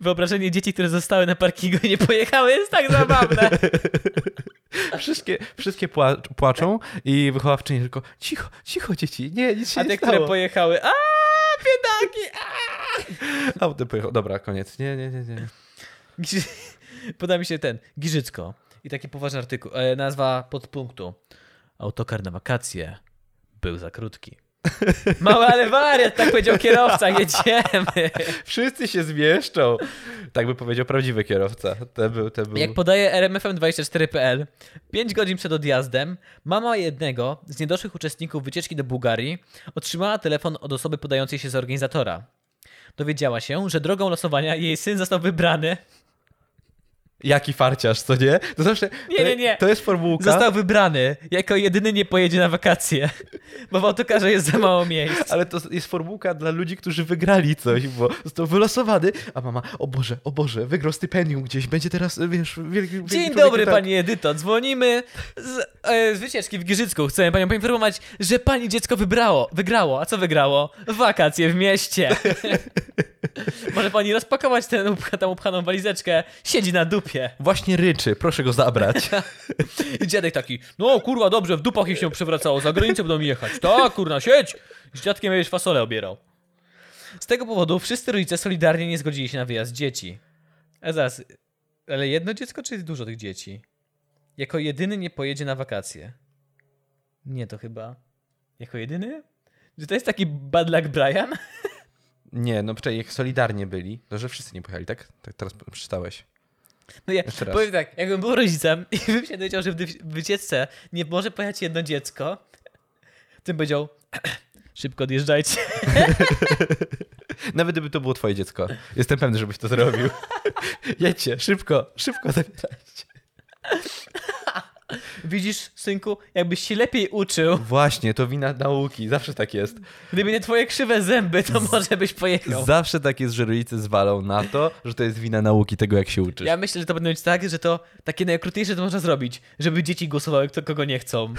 A: Wyobrażenie dzieci, które zostały na parkingu i nie pojechały, jest tak zabawne.
B: Wszystkie, wszystkie pła, płaczą i wychowawczyni tylko cicho, cicho dzieci, nie, nic się
A: A
B: nie
A: te,
B: stało.
A: które pojechały, a biedaki, a!
B: Autem pojechał. Dobra, koniec. Nie, nie, nie, nie.
A: Giży... Poda mi się ten. Giżycko. I taki poważny artykuł. E, nazwa podpunktu. Autokar na wakacje był za krótki. Mały, ale wariat, tak powiedział kierowca. Jedziemy.
B: Wszyscy się zmieszczą. Tak by powiedział prawdziwy kierowca. Ten był, ten był.
A: Jak podaje rmfm24.pl, 5 godzin przed odjazdem mama jednego z niedoszłych uczestników wycieczki do Bułgarii otrzymała telefon od osoby podającej się za organizatora. Dowiedziała się, że drogą losowania jej syn został wybrany.
B: Jaki farciarz, co nie? To zawsze.
A: Nie,
B: to,
A: nie, nie.
B: To jest formułka.
A: Został wybrany. Jako jedyny nie pojedzie na wakacje, bo w autokarze jest za mało miejsc.
B: Ale to jest formułka dla ludzi, którzy wygrali coś, bo został wylosowany, a mama, o Boże, o Boże, wygrał stypendium gdzieś, będzie teraz, wiesz, wielki... wielki
A: Dzień
B: człowiek,
A: dobry,
B: tak.
A: pani Edyto. Dzwonimy z, e, z wycieczki w Giżycku. Chcemy panią poinformować, że pani dziecko wybrało, wygrało. A co wygrało? Wakacje w mieście. Może pani rozpakować tę upcha- tą upchaną walizeczkę. Siedzi na dupie.
B: Właśnie ryczy, proszę go zabrać.
A: I dziadek taki, no kurwa, dobrze, w dupach jej się przewracało, za granicę będą mi jechać. Tak, kurna, sieć! Z dziadkiem będziesz fasole obierał. Z tego powodu wszyscy rodzice solidarnie nie zgodzili się na wyjazd dzieci. A zaraz, ale jedno dziecko czy dużo tych dzieci? Jako jedyny nie pojedzie na wakacje. Nie, to chyba... Jako jedyny? Czy to jest taki bad luck Brian?
B: nie, no przecież jak solidarnie byli, to że wszyscy nie pojechali, tak? Tak teraz przeczytałeś.
A: No ja,
B: Jeszcze raz.
A: powiem tak, jakbym był rodzicem i bym się dowiedział, że w dy- wycieczce nie może pojechać jedno dziecko, to bym powiedział, szybko odjeżdżajcie.
B: Nawet gdyby to było twoje dziecko. Jestem pewny, żebyś to zrobił. Jedźcie, szybko, szybko zabierajcie.
A: Widzisz, synku, jakbyś się lepiej uczył,
B: Właśnie, to wina nauki, zawsze tak jest.
A: gdyby nie twoje krzywe zęby, to może byś pojechał.
B: Zawsze tak jest, że rodzice zwalą na to, że to jest wina nauki tego, jak się uczysz.
A: Ja myślę, że to będą być tak, że to takie najokrutniejsze to można zrobić, żeby dzieci głosowały, kto kogo nie chcą.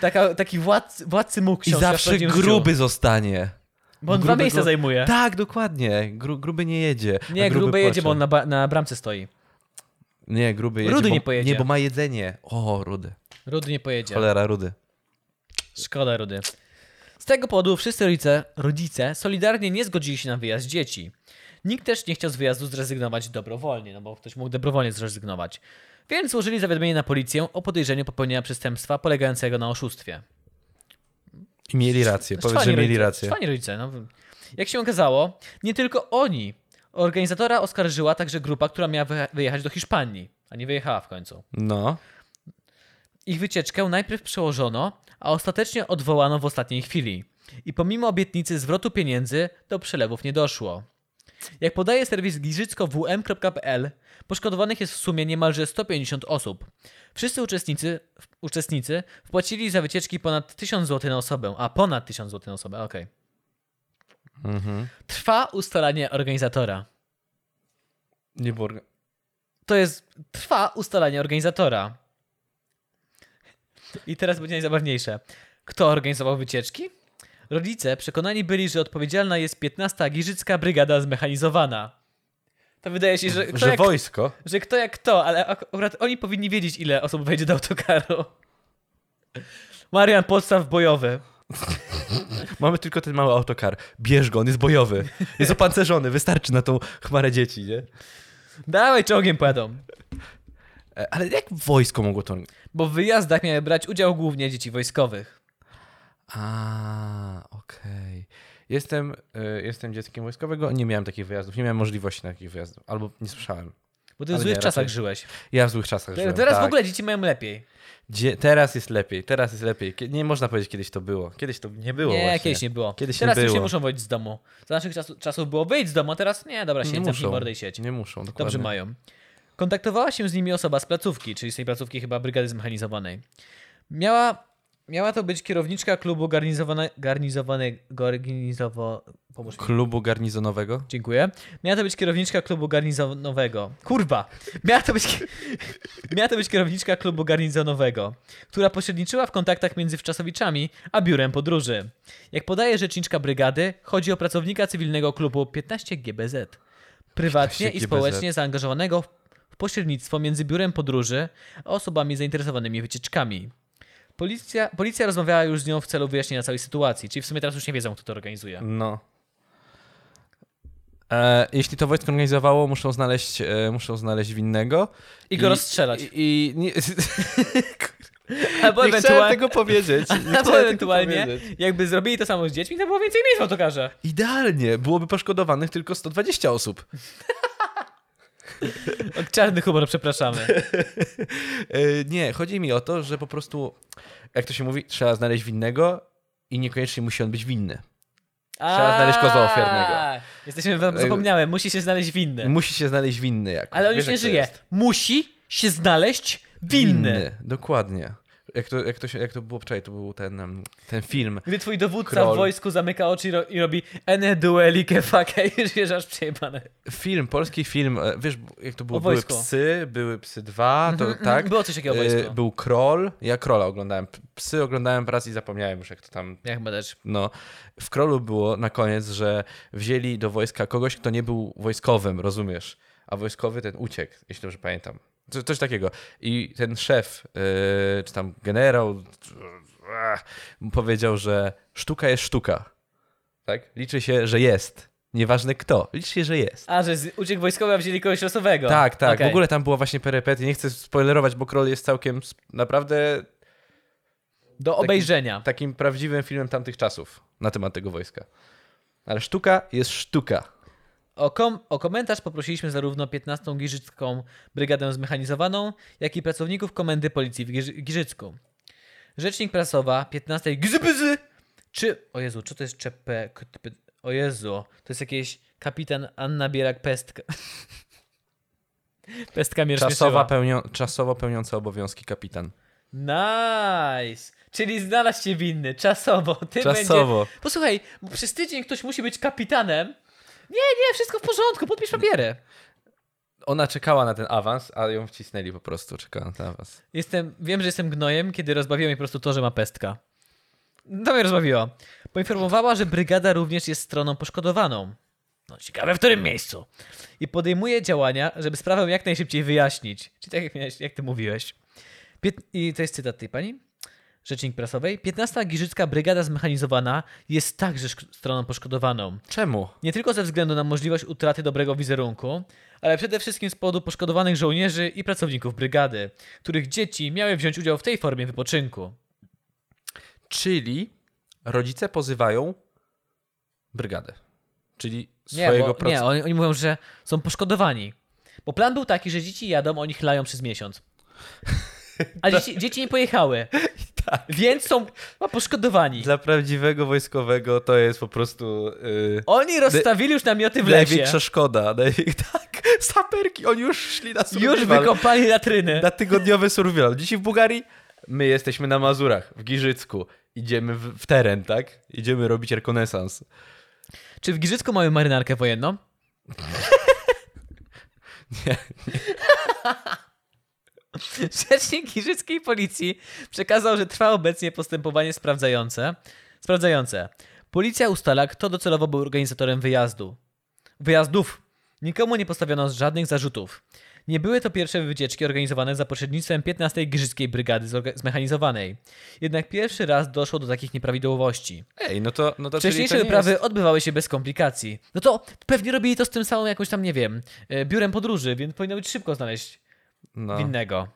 A: Taka, taki władcy, władcy mógł
B: I zawsze gruby zostanie.
A: Bo on dwa
B: grubego-
A: miejsca zajmuje.
B: Tak, dokładnie. Gru, gruby nie jedzie. a
A: Nie, gruby jedzie,
B: płacze.
A: bo on na, ba- na bramce stoi.
B: Nie, gruby jedzie.
A: Rudy
B: bo...
A: nie pojedzie.
B: Nie, bo ma jedzenie. O, rudy.
A: Rudy nie pojedzie.
B: Cholera, rudy.
A: Szkoda Rudy. Z tego powodu wszyscy rodzice, rodzice solidarnie nie zgodzili się na wyjazd dzieci. Nikt też nie chciał z wyjazdu zrezygnować dobrowolnie, no bo ktoś mógł dobrowolnie zrezygnować. Więc złożyli zawiadomienie na policję o podejrzeniu popełnienia przestępstwa polegającego na oszustwie.
B: I mieli rację. Powiedz, że
A: Szwani
B: mieli
A: rodzice,
B: rację.
A: Szwani rodzice, no. Jak się okazało, nie tylko oni. Organizatora oskarżyła także grupa, która miała wyje- wyjechać do Hiszpanii, a nie wyjechała w końcu.
B: No.
A: Ich wycieczkę najpierw przełożono, a ostatecznie odwołano w ostatniej chwili. I pomimo obietnicy zwrotu pieniędzy do przelewów nie doszło. Jak podaje serwis giżycko.wm.pl, poszkodowanych jest w sumie niemalże 150 osób. Wszyscy uczestnicy, uczestnicy wpłacili za wycieczki ponad 1000 zł na osobę, a ponad 1000 zł na osobę, okej.
B: Mhm.
A: Trwa ustalanie organizatora.
B: Nie było... orga-
A: To jest trwa ustalanie organizatora. I teraz będzie najzabawniejsze. Kto organizował wycieczki? Rodzice przekonani byli, że odpowiedzialna jest 15. Giżycka Brygada Zmechanizowana. To wydaje się, że kto,
B: Że
A: jak,
B: wojsko.
A: że kto jak kto, ale akurat oni powinni wiedzieć, ile osób wejdzie do autokaru. Marian, podstaw bojowy.
B: Mamy tylko ten mały autokar. Bierz go, on jest bojowy. Jest opancerzony, wystarczy na tą chmarę dzieci, nie?
A: Dawaj czołgiem pojadą.
B: E, Ale jak wojsko mogło to...
A: Bo w wyjazdach miały brać udział głównie dzieci wojskowych.
B: A, okej. Jestem, y, jestem dzieckiem wojskowego, nie miałem takich wyjazdów, nie miałem możliwości na takich wyjazdów, albo nie słyszałem.
A: Bo ty w
B: Ale
A: złych
B: nie,
A: czasach
B: raczej-
A: żyłeś.
B: Ja w złych czasach
A: Te-
B: żyłem.
A: Teraz
B: tak.
A: w ogóle dzieci mają lepiej.
B: Dzie- teraz jest lepiej, teraz jest lepiej. Kie- nie można powiedzieć, kiedyś to było. Kiedyś to nie było
A: nie,
B: właśnie.
A: kiedyś nie było.
B: Kiedyś nie
A: teraz już
B: było.
A: nie muszą wyjść z domu. Za naszych czasu, czasów było wyjść z domu, a teraz nie, dobra, sieć, zamknij mordę i sieć.
B: Nie muszą, dokładnie.
A: Dobrze mają. Kontaktowała się z nimi osoba z placówki, czyli z tej placówki chyba brygady zmechanizowanej. Miała, miała to być kierowniczka klubu garnizowane, garnizowanej, garnizowo... Pomóż mi.
B: Klubu garnizonowego?
A: Dziękuję. Miała to być kierowniczka klubu garnizonowego. Kurwa! Miała to być, ki- miała to być kierowniczka klubu garnizonowego, która pośredniczyła w kontaktach między wczasowiczami a biurem podróży. Jak podaje rzeczniczka brygady, chodzi o pracownika cywilnego klubu 15 GBZ, prywatnie
B: 15
A: i społecznie zaangażowanego w- w pośrednictwo między biurem podróży a osobami zainteresowanymi wycieczkami. Policja, policja rozmawiała już z nią w celu wyjaśnienia całej sytuacji, czyli w sumie teraz już nie wiedzą, kto to organizuje.
B: No. E, jeśli to wojsko organizowało, muszą znaleźć, e, muszą znaleźć winnego.
A: I go rozstrzelać.
B: I, i nie,
A: Albo
B: nie chciałem
A: ewentualnie-
B: tego powiedzieć. Nie chciałem
A: Albo
B: tego
A: No ewentualnie,
B: powiedzieć.
A: jakby zrobili to samo z dziećmi, to było więcej miejsc w autokarze.
B: Idealnie, byłoby poszkodowanych tylko 120 osób.
A: O, Czarny humor, przepraszamy.
B: E, nie, chodzi mi o to, że po prostu, jak to się mówi, trzeba znaleźć winnego i niekoniecznie musi on być winny. Trzeba znaleźć kozła ofiarnego.
A: Jesteśmy, zapomniałem, musi się znaleźć winny.
B: Musi się znaleźć winny jakoś.
A: Tak. Ale on już
B: Wiesz,
A: nie
B: jak to
A: żyje.
B: jest.
A: Musi się znaleźć winny.
B: Dokładnie. Jak to, jak, to się, jak to było wczoraj, to był ten, em, ten film.
A: Gdy twój dowódca
B: Król.
A: w wojsku zamyka oczy i, ro- i robi ene duelike fake i już wiesz, aż przejebane.
B: Film, polski film, e, wiesz, jak to było,
A: O
B: były
A: wojsku.
B: psy, były psy dwa, to
A: Mhm,
B: tak.
A: Było coś takiego
B: E,
A: wojsko.
B: Był Kroll, ja Krola oglądałem, P- psy oglądałem raz i zapomniałem już, jak to tam
A: Ja chyba też.
B: No, w Krolu było na koniec, że wzięli do wojska kogoś, kto nie był wojskowym, rozumiesz? A wojskowy ten uciekł, jeśli dobrze pamiętam. Co, coś takiego. I ten szef, yy, czy tam generał, ach, powiedział, że sztuka jest sztuka. Tak? Liczy się, że jest. Nieważne kto. Liczy się, że jest.
A: A, że z uciekł wojskowy, a wzięli kogoś losowego.
B: Tak, tak.
A: Okej.
B: W ogóle tam była właśnie perypetia. Nie chcę spoilerować, bo Król jest całkiem sp- naprawdę
A: Do obejrzenia.
B: takim prawdziwym filmem tamtych czasów na temat tego wojska. Ale sztuka jest sztuka.
A: O, kom o komentarz poprosiliśmy zarówno 15. Giżycką Brygadę Zmechanizowaną, jak i pracowników Komendy Policji w Giży Giżycku. Rzecznik prasowa 15. Gzybyzy! Czy... O Jezu, czy to jest czepek? O Jezu, to jest jakieś kapitan Anna Bierak-Pestka. Pestka mnie
B: Czasowa
A: rozśmieszyła.
B: pełnio, czasowo pełniąca obowiązki kapitan.
A: Nice! Czyli znalazł się winny, czasowo. Ty
B: Czasowo.
A: Będzie... Posłuchaj, bo przez tydzień ktoś musi być kapitanem. Nie, nie, wszystko w porządku, podpisz papiery.
B: Ona czekała na ten awans, ale ją wcisnęli po prostu, czekała na ten awans.
A: Jestem, wiem, że jestem gnojem, kiedy rozbawiło mnie po prostu to, że ma pestka. To mnie rozbawiło. Poinformowała, że brygada również jest stroną poszkodowaną. No ciekawe, w którym miejscu. I podejmuje działania, żeby sprawę jak najszybciej wyjaśnić. Czyli tak jak, miałeś, jak ty mówiłeś. Pięt... I to jest cytat tej pani, rzecznik prasowej. 15. Giżycka Brygada Zmechanizowana jest także szk- stroną poszkodowaną.
B: Czemu?
A: Nie tylko ze względu na możliwość utraty dobrego wizerunku, ale przede wszystkim z powodu poszkodowanych żołnierzy i pracowników brygady, których dzieci miały wziąć udział w tej formie wypoczynku.
B: Czyli rodzice pozywają brygadę. Czyli
A: Nie,
B: swojego
A: bo, nie
B: proc-
A: oni, oni mówią, że są poszkodowani. Bo plan był taki, że dzieci jadą, oni chlają przez miesiąc. A dzieci, dzieci nie pojechały. Więc są a, poszkodowani.
B: Tak. Dla prawdziwego wojskowego to jest po prostu yy,
A: Oni rozstawili już namioty w lesie.
B: największa szkoda. Najwię... Tak, saperki, oni już szli na survival.
A: Już wykopali latryny.
B: Na tygodniowy survival. Dzisiaj w Bułgarii my jesteśmy na Mazurach, w Giżycku. Idziemy w, w teren, tak? Idziemy robić rekonesans.
A: Czy w Giżycku mamy marynarkę wojenną?
B: Nie,
A: Rzecznik Giżyckiej Policji przekazał, że trwa obecnie postępowanie sprawdzające. sprawdzające. Policja ustala, kto docelowo był organizatorem wyjazdu. Wyjazdów! Nikomu nie postawiono żadnych zarzutów. Nie były to pierwsze wycieczki organizowane za pośrednictwem 15. Giżyckiej Brygady Zorga- Zmechanizowanej. Jednak pierwszy raz doszło do takich nieprawidłowości.
B: Ej, no to, no to czyli
A: Wcześniejsze
B: to nie
A: wyprawy
B: Jest...
A: odbywały się bez komplikacji. No to pewnie robili to z tym samym jakąś tam, nie wiem, e, biurem podróży, więc powinno być szybko znaleźć
B: No.
A: winnego.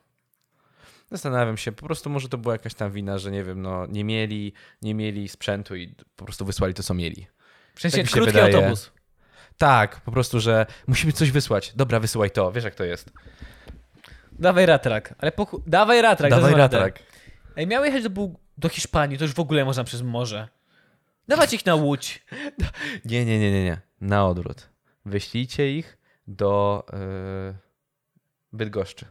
B: Zastanawiam się, po prostu może to była jakaś tam wina, że nie wiem, no nie mieli, nie mieli sprzętu i po prostu wysłali to, co mieli.
A: W sensie
B: Tak mi się
A: krótki
B: wydaje.
A: autobus.
B: Tak, po prostu, że musimy coś wysłać. Dobra, wysyłaj to, wiesz jak to jest.
A: Dawaj ratrak, ale pochu... Dawaj ratrak,
B: Dawaj
A: dasz radę.
B: ratrak.
A: Ej, miał jechać do, Buł- do Hiszpanii, to już w ogóle można przez morze. Dawać ich na łódź.
B: Nie, nie, nie, nie, nie. Na odwrót. Wyślijcie ich do yy, Bydgoszczy.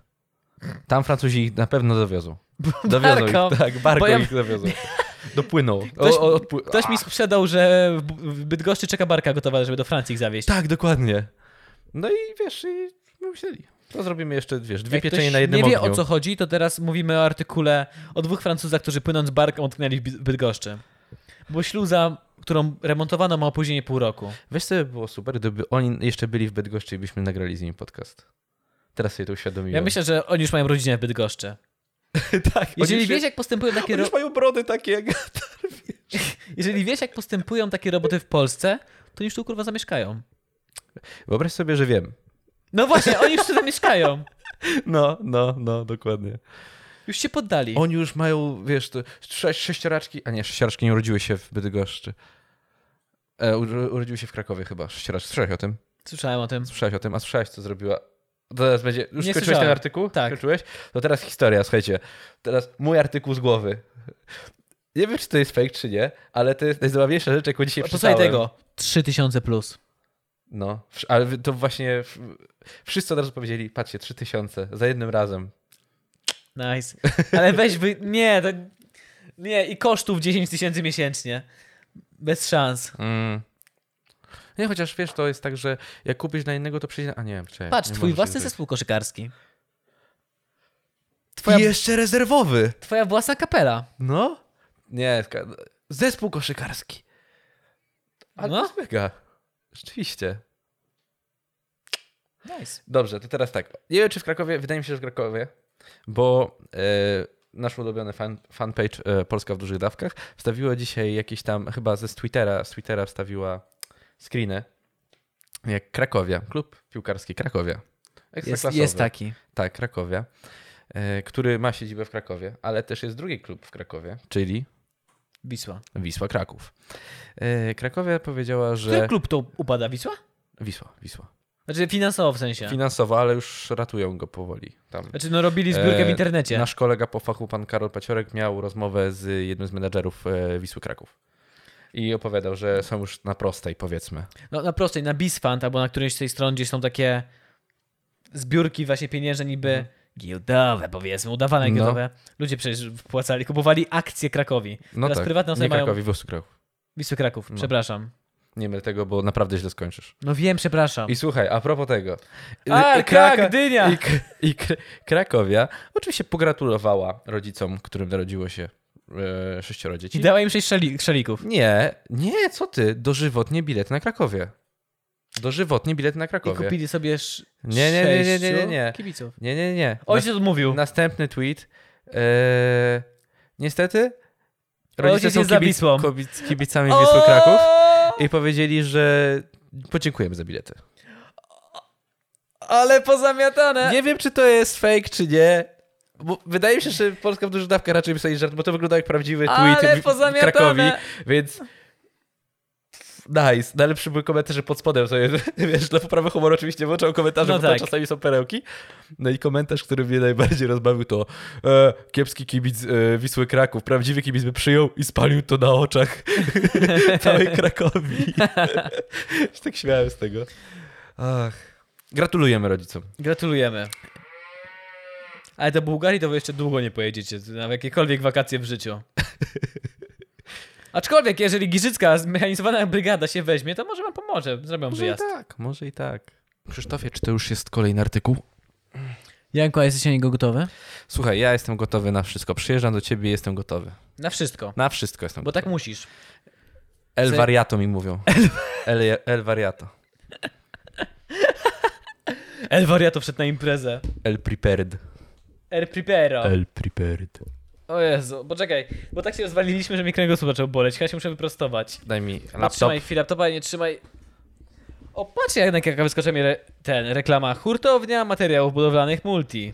B: Tam Francuzi ich na pewno dowiozą. Dowiozą
A: Barką.
B: ich, tak, barką
A: Bo ja-
B: ich dowiozą. Dopłyną. O,
A: Ktoś,
B: o, odpły...
A: ktoś mi sprzedał, że w Bu- w Bydgoszczy czeka barka gotowa, żeby do Francji ich zawieźć.
B: Tak, dokładnie. No i wiesz, i my myśleli. To zrobimy jeszcze, wiesz, dwie
A: Jak ktoś
B: pieczenie na jednym
A: nie wie
B: ogniu.
A: o co chodzi, to teraz mówimy o artykule o dwóch Francuzach, którzy płynąc barką utknęli w Bi- Bydgoszczy. Bo śluza, którą remontowano ma opóźnienie pół roku.
B: Wiesz, co by było super, gdyby oni jeszcze byli w Bydgoszczy i byśmy nagrali z nimi podcast. Teraz sobie to uświadomiłem.
A: Ja myślę, że oni już mają rodzinę w Bydgoszczy.
B: tak.
A: Jeżeli wiesz, jak postępują takie... Ro...
B: mają brody takie jak...
A: Jeżeli wiesz, jak postępują takie roboty w Polsce, to już tu kurwa zamieszkają.
B: Wyobraź sobie, że wiem.
A: No właśnie, oni już tu zamieszkają.
B: No, no, no, dokładnie.
A: Już się poddali.
B: Oni już mają, wiesz, to sześć, sześcioraczki, a nie, sześcioraczki nie urodziły się w Bydgoszczy. E, uro- urodziły się w Krakowie chyba, sześcioraczki. Słyszałeś o tym?
A: Słyszałem o tym.
B: Słyszałeś o tym, a słyszałeś, co zrobiła... Teraz będzie... Już skończyłeś
A: słyszałem.
B: ten artykuł?
A: Tak.
B: Skończyłeś? To teraz historia, słuchajcie. Teraz mój artykuł z głowy. Nie wiem, czy to jest fake, czy nie, ale to jest najzabawniejsza rzecz, jaką dzisiaj
A: Posłuchaj
B: przeczytałem.
A: tego. 3000 plus.
B: No, wsz- ale wy- to właśnie w- wszyscy od razu powiedzieli, patrzcie, 3000 za jednym razem.
A: Nice. Ale weź wy... Nie, to... Nie, i kosztów 10 tysięcy miesięcznie. Bez szans.
B: Mm. Nie, chociaż wiesz, to jest tak, że jak kupisz na innego, to przyjdzie na... A nie, czekaj.
A: Patrz,
B: nie
A: twój
B: możesz
A: własny
B: ich wziąć.
A: zespół koszykarski.
B: I
A: Twoja,
B: jeszcze rezerwowy.
A: twoja własna kapela.
B: No. Nie, ska- zespół koszykarski. Ale
A: No.
B: to jest mega. Rzeczywiście.
A: Nice.
B: Dobrze, to teraz tak. Nie wiem, czy w Krakowie, wydaje mi się, że w Krakowie, bo e, nasz ulubiony fan, fanpage e, Polska w dużych dawkach wstawiła dzisiaj jakieś tam, chyba ze z Twittera, z Twittera wstawiła screeny, jak Krakowia, klub piłkarski Krakowia.
A: Jest,
B: Ekstraklasowy.
A: jest taki.
B: Tak, Krakowia, e, który ma siedzibę w Krakowie, ale też jest drugi klub w Krakowie, czyli
A: Wisła.
B: Wisła Kraków. E, Krakowia powiedziała,
A: Który
B: że
A: klub to upada? Wisła?
B: Wisła, Wisła.
A: Znaczy finansowo w sensie.
B: Finansowo, ale już ratują go powoli tam.
A: Znaczy, no robili zbiórkę w
B: E,
A: internecie.
B: Nasz kolega po fachu, pan Karol Paciorek, miał rozmowę z jednym z menedżerów e, Wisły Kraków. I opowiadał, że są już na prostej, powiedzmy.
A: No, na prostej, na Bisfund albo na którymś z tej stron, gdzie są takie zbiórki właśnie pieniężne niby giełdowe powiedzmy, udawane
B: Mhm. No.
A: giełdowe. Ludzie przecież wpłacali, kupowali akcje Krakowi.
B: No
A: Teraz
B: tak,
A: prywatne osoby
B: nie
A: mają...
B: Krakowi, Wisły Kraków.
A: Wisły Kraków,
B: No.
A: przepraszam.
B: Nie myl tego, bo naprawdę źle skończysz.
A: No wiem, przepraszam.
B: I słuchaj, a propos tego.
A: A,
B: Y,
A: Krak,
B: Kraka-
A: Gdynia!
B: I, K- i K- Krakowia oczywiście pogratulowała rodzicom, którym narodziło się e, sześcioro dzieci.
A: I dała im sześć szali- szalików.
B: Nie, nie, co ty? Dożywotnie bilety na Krakowie. Dożywotnie bilety na
A: I
B: Krakowie.
A: kupili sobie sz...
B: Nie, nie, nie, nie, nie, nie,
A: sześciu
B: nie.
A: kibiców.
B: Nie, nie, nie. Nas-
A: Ojciec odmówił.
B: Następny tweet. Eee, niestety rodzice
A: Ojciec
B: są
A: jest za
B: kibic,
A: Wisłą.
B: kobic, kibicami Wisły Kraków i powiedzieli, że podziękujemy za bilety.
A: Ale pozamiatane!
B: Nie wiem, czy to jest fake, czy nie. Bo wydaje mi się, że Polska w dużych dawkach raczej wysadzi żart, bo to wygląda jak prawdziwy
A: Ale
B: tweet w- w
A: pozamiatane.
B: Krakowi, więc nice. No ale były komentarze pod spodem sobie, wiesz, dla poprawy humoru oczywiście włączam komentarze,
A: No
B: bo
A: tak.
B: tam czasami są perełki. No i komentarz, który mnie najbardziej rozbawił to e, kiepski kibic e, Wisły Kraków, prawdziwy kibic by przyjął i spalił to na oczach całej Krakowi. Już tak śmiałem z tego. Ach. Gratulujemy rodzicom.
A: Gratulujemy. Ale do Bułgarii to wy jeszcze długo nie pojedziecie, na jakiekolwiek wakacje w życiu. Aczkolwiek, jeżeli Giżycka zmechanizowana brygada się weźmie, to może wam pomoże, zrobią
B: Może i
A: wyjazd.
B: tak, może i tak. Krzysztofie, czy to już jest kolejny artykuł?
A: Janku, a jesteś na niego gotowy?
B: Słuchaj, ja jestem gotowy na wszystko. Przyjeżdżam do ciebie i jestem gotowy.
A: Na wszystko,
B: Na wszystko jestem
A: bo tak
B: gotowy.
A: musisz.
B: El
A: Chcę-
B: Variato mi mówią. El, el Variato.
A: El Variato wszedł na imprezę.
B: El Prepared.
A: El Pripero.
B: El Prepared.
A: O Jezu, poczękaj, bo tak się rozwaliliśmy, że mi kręgosłup zaczął boleć, chyba się muszę wyprostować.
B: Daj mi
A: Nie
B: laptop.
A: trzymaj chwilę laptopa, nie trzymaj. O, patrzcie jednak jaka wyskoczyła mi re- ten, reklama. Hurtownia materiałów budowlanych Multi.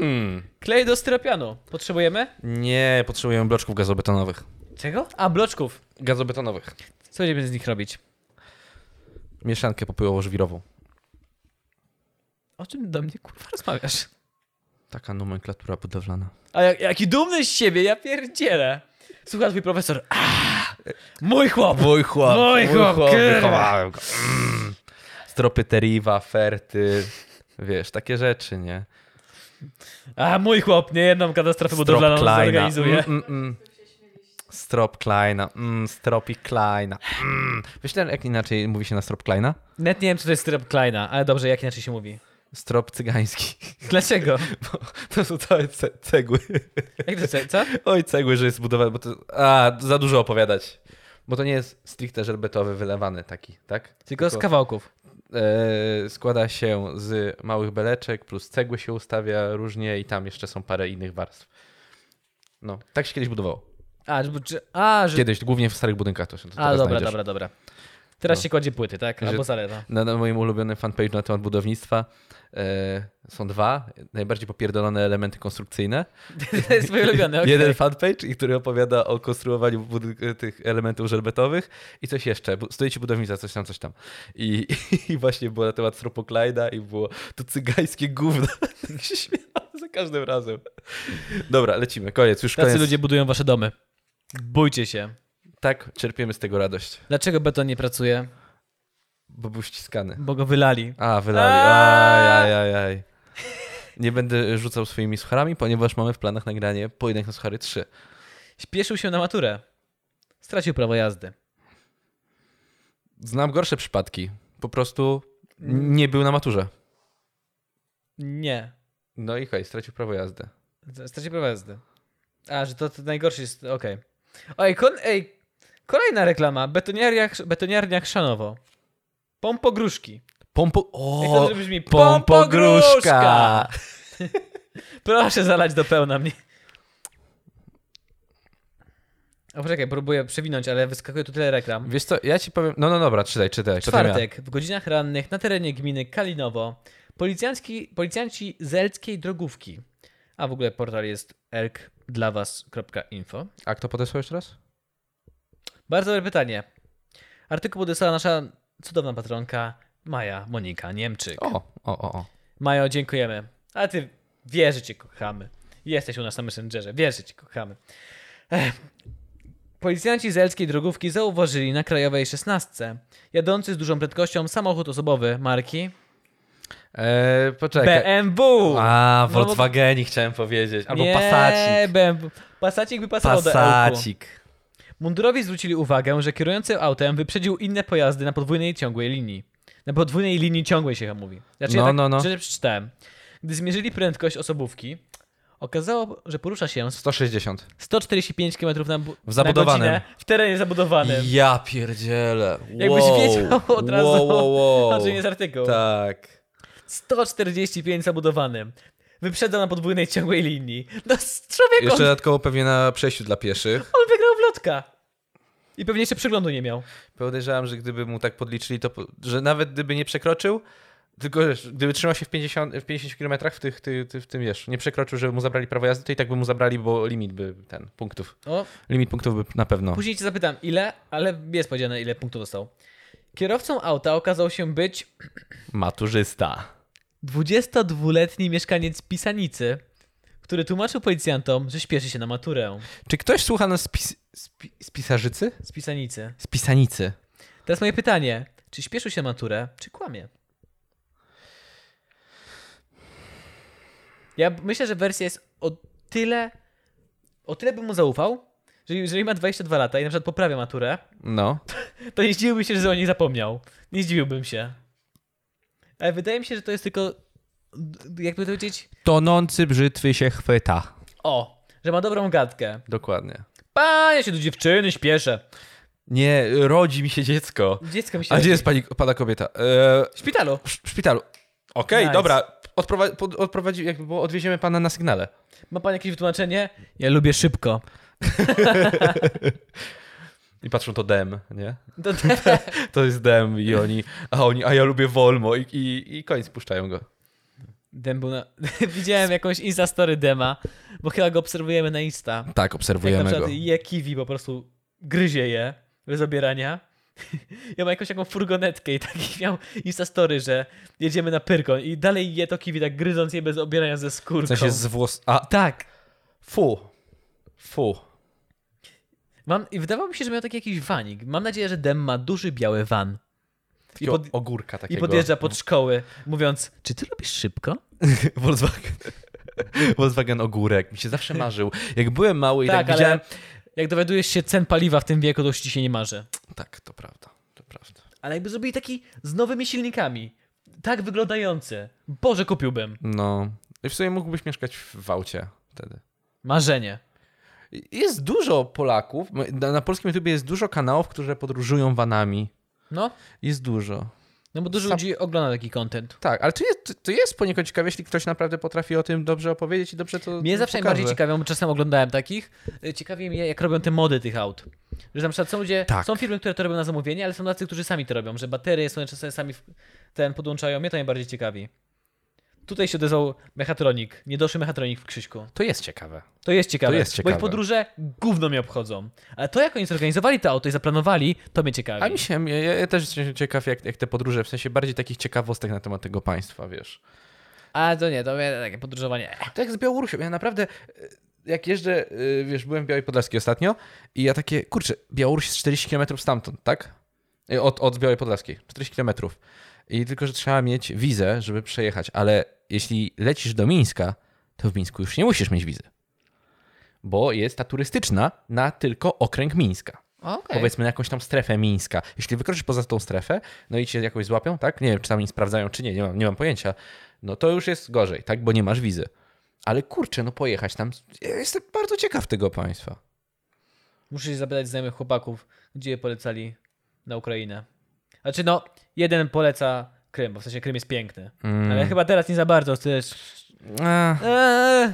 B: Mm.
A: Klej do styropianu. Potrzebujemy?
B: Nie, potrzebuję bloczków gazobetonowych.
A: Czego? A, bloczków.
B: Gazobetonowych.
A: Co będziemy z nich robić?
B: Mieszankę popyłowo-żwirową.
A: O czym do mnie kurwa rozmawiasz?
B: Taka nomenklatura budowlana.
A: A jak, jaki dumny z siebie, ja pierdzielę. Słucha twój profesor. A, mój chłop!
B: Mój chłop.
A: Mój chłop, kurwa.
B: wychowałem go. Mm. Stropy teriwa, ferty. Wiesz, takie rzeczy, nie?
A: A, mój chłop, nie jedną katastrofę budowlaną zorganizuje.
B: Mm, mm, mm. Strop Kleina. Mm, stropi Kleina. Mm. Myślałem, jak inaczej mówi się na strop Kleina?
A: Net nie wiem, czy to jest styrop Kleina, ale dobrze, jak inaczej się mówi.
B: Strop cygański.
A: Dlaczego?
B: To są całe ce- cegły.
A: Jak to co? co?
B: Oj, cegły, że jest zbudowany, bo to... A, za dużo opowiadać. Bo to nie jest stricte żerbetowy, wylewany taki, tak?
A: Tylko z kawałków.
B: e, składa się z małych beleczek, plus cegły się ustawia różnie i tam jeszcze są parę innych warstw. No, tak się kiedyś budowało.
A: A, żeby- czy, a że
B: Kiedyś, głównie w starych budynkach to się to
A: A,
B: teraz
A: dobra,
B: znajdziesz.
A: dobra, dobra. Teraz
B: No.
A: się kładzie płyty, tak?
B: Że-
A: Albo zalewa.
B: Na, na moim ulubionym fanpage na temat budownictwa e, są dwa najbardziej popierdolone elementy konstrukcyjne.
A: to jest mój ulubiony, okej.
B: Jeden fanpage, i który opowiada o konstruowaniu budyn- tych elementów żerbetowych i coś jeszcze. Bu- Stoicie budownica, coś tam, coś tam. I, i właśnie było na temat Stropoklajda i było to cygańskie gówno. Tak się śmiałem za każdym razem. Dobra, lecimy. Koniec, już
A: Tacy
B: koniec.
A: ludzie budują wasze domy. Bójcie się.
B: Tak, czerpiemy z tego radość,
A: Dlaczego beton nie pracuje?
B: bo był ściskany.
A: Bo go wylali.
B: A, wylali.
A: Aaa!
B: Aj, aj, aj, aj. Nie będę rzucał swoimi sucharami, ponieważ mamy w planach nagranie pojedynek na suchary 3.
A: Śpieszył się na maturę. Stracił prawo jazdy.
B: Znam gorsze przypadki. Po prostu nie był na maturze.
A: Nie.
B: No i hej, stracił prawo jazdy.
A: Stracił prawo jazdy. A, że to, to najgorszy jest. Okej. Oj, kon... Ej, kolejna reklama. Betoniarnia, betoniarnia Chrzanowo. Pompogruszki.
B: Pompo...
A: Jak to
B: O,
A: dobrze brzmi?
B: pompogruszka!
A: Proszę zalać do pełna mnie. O, poczekaj, próbuję przewinąć, ale wyskakuje tu tyle reklam.
B: Wiesz co, ja ci powiem... No, no dobra, czytaj, czytaj. potem ja.
A: Czwartek, w godzinach rannych na terenie gminy Kalinowo, policjanci, policjanci Zelckiej Drogówki. A w ogóle portal jest elkdlawas.info.
B: A kto podesłał jeszcze raz?
A: Bardzo dobre pytanie. Artykuł podesłała nasza cudowna patronka Maja, Monika, Niemczyk.
B: O, o, o, o.
A: Majo, dziękujemy. A ty wiesz, że cię kochamy. Jesteś u nas na Messengerze, wiesz, że cię kochamy. Ech. Policjanci z Elskiej Drogówki zauważyli na Krajowej 16 jadący z dużą prędkością samochód osobowy marki
B: E, poczekaj.
A: BMW.
B: A,
A: No bo-
B: Volkswageni chciałem powiedzieć. Albo
A: nie,
B: Passacik.
A: BMW. Passacik by pasował do Elku.
B: Passacik.
A: Mundurowi zwrócili uwagę, że kierujący autem wyprzedził inne pojazdy na podwójnej ciągłej linii. Na podwójnej linii ciągłej się chyba mówi. Znaczy,
B: No,
A: ja tak
B: no, no.
A: Że przeczytałem. Gdy zmierzyli prędkość osobówki, okazało, że porusza się
B: 160.
A: 145 km na, bu-
B: W
A: na
B: zabudowanym.
A: godzinę w terenie zabudowanym.
B: Ja pierdzielę.
A: Jakbyś
B: wow.
A: wiedział od razu.
B: Wow, wow, wow.
A: A czy nie z artykułu?
B: Tak.
A: 145 zabudowanym. Wyprzedzał na podwójnej ciągłej linii. No z- człowieku,
B: Jeszcze
A: on,
B: dodatkowo pewnie na przejściu dla pieszych.
A: on wygrał w lotka. I pewnie jeszcze przeglądu nie miał.
B: Podejrzewam, że gdyby mu tak podliczyli, to po- że nawet gdyby nie przekroczył, tylko że gdyby trzymał się w 50, w 50 km w, tych, ty, ty, w tym wiesz, nie przekroczył, żeby mu zabrali prawo jazdy, to i tak by mu zabrali, bo limit by ten punktów.
A: O,
B: Limit punktów by na pewno.
A: Później cię zapytam, ile, ale jest powiedziane, ile punktów dostał. Kierowcą auta okazał się być
B: Maturzysta.
A: 22-letni mieszkaniec Pisanicy, który tłumaczył policjantom, że śpieszy się na maturę
B: Czy ktoś słucha nas z, pis, z, pi, z pisarzycy?
A: z Pisanicy.
B: Z pisanicy.
A: Teraz moje pytanie, czy śpieszył się na maturę, czy kłamie? Ja b- myślę, że wersja jest o tyle, o tyle bym mu zaufał, że jeżeli ma 22 lata i na przykład poprawia maturę,
B: No.
A: To nie zdziwiłbym się, że o niej zapomniał. Nie zdziwiłbym się. Ale wydaje mi się, że to jest tylko. d- Jakby to powiedzieć.
B: Tonący brzytwy się chwyta.
A: O, że ma dobrą gadkę.
B: Dokładnie.
A: Pa, ja się do dziewczyny śpieszę.
B: Nie, rodzi mi się dziecko.
A: Dziecko mi się.
B: A gdzie
A: rodzi.
B: jest pani, pana kobieta? E,
A: W szpitalu.
B: w w szpitalu. Okej,
A: Nice.
B: dobra. Odprowadzi, pod, odprowadzi, jakby było, odwieziemy pana na sygnale.
A: Ma pan jakieś wytłumaczenie? Ja lubię szybko.
B: I patrzą to dem, nie?
A: To te...
B: To jest dem i oni, a oni, a ja lubię Volmo i, i, i koniec, puszczają go.
A: Dem był na... Widziałem jakąś Instastory Dema, bo chyba go obserwujemy na Insta.
B: Tak,
A: Jak na
B: obserwujemy
A: przykład
B: go.
A: je kiwi, po prostu gryzie je bez obierania. Ja mam jakąś taką furgonetkę i taki miał instastory, że jedziemy na Pyrkon i dalej je to kiwi, tak gryząc je bez obierania ze skórką.
B: W sensie z włos... A,
A: Tak.
B: fu. Fu.
A: Mam... I wydawało mi się, że miał taki jakiś wanik. Mam nadzieję, że Dem ma duży biały van. I,
B: Takiego
A: pod...
B: ogórka
A: I
B: takiego.
A: podjeżdża pod szkoły, mówiąc, czy ty robisz szybko?
B: Volkswagen. Volkswagen ogórek. Mi się zawsze marzył. Jak byłem mały i tak,
A: ale
B: widziałem...
A: jak dowiadujesz się cen paliwa w tym wieku, to już ci się nie marzy.
B: Tak, to prawda. To prawda.
A: Ale jakby zrobili taki z nowymi silnikami, tak wyglądający, Boże, kupiłbym.
B: No. I w sumie mógłbyś mieszkać w w aucie wtedy.
A: Marzenie.
B: Jest dużo Polaków. Na na polskim YouTubie jest dużo kanałów, które podróżują vanami.
A: No.
B: Jest dużo.
A: No bo dużo
B: Sam-
A: ludzi ogląda taki content.
B: Tak, ale to jest, to jest poniekąd ciekawe, jeśli ktoś naprawdę potrafi o tym dobrze opowiedzieć i dobrze to
A: Mnie zawsze
B: pokaże.
A: najbardziej ciekawią, bo czasem oglądałem takich, y, ciekawi mnie jak robią te mody tych aut. Że na przykład są ludzie,
B: Tak.
A: są firmy, które to robią na zamówienie, ale są tacy, którzy sami to robią, że baterie są czasem sami w, ten podłączają. Mnie to najbardziej ciekawi. Tutaj się odezwał mechatronik, niedoszły mechatronik w Krzyśku.
B: To jest ciekawe.
A: To jest ciekawe,
B: To jest
A: bo
B: ciekawe.
A: ich podróże gówno mnie obchodzą. Ale to jak oni zorganizowali to auto i zaplanowali, to mnie ciekawi.
B: A mi się, ja, ja też jestem ciekaw, jak, jak te podróże, w sensie bardziej takich ciekawostek na temat tego państwa, wiesz.
A: A to nie, to mnie takie podróżowanie.
B: Tak jak z Białorusią, ja naprawdę, y, jak jeżdżę, y, wiesz, byłem w Białej Podlaskiej ostatnio i ja takie, kurczę, Białoruś jest 40 km stamtąd, tak? Y, Od, od Białej Podlaskiej, 40 km. I tylko, że trzeba mieć wizę, żeby przejechać, ale jeśli lecisz do Mińska, to w Mińsku już nie musisz mieć wizy. Bo jest ta turystyczna na tylko okręg Mińska.
A: Okej.
B: Powiedzmy na jakąś tam strefę mińska. Jeśli wykroczysz poza tą strefę, no i cię jakoś złapią, tak? Nie wiem, czy tam nie sprawdzają, czy nie, nie mam, nie mam pojęcia. No to już jest gorzej, tak? Bo nie masz wizy. Ale kurczę, no pojechać tam. Ja jestem bardzo ciekaw tego państwa.
A: Muszę się zapytać znajomych chłopaków, gdzie je polecali na Ukrainę. Znaczy no, jeden poleca Krym, bo w sensie Krym jest piękny.
B: Mm.
A: Ale chyba teraz nie za bardzo też.
B: Ech.
A: Eee.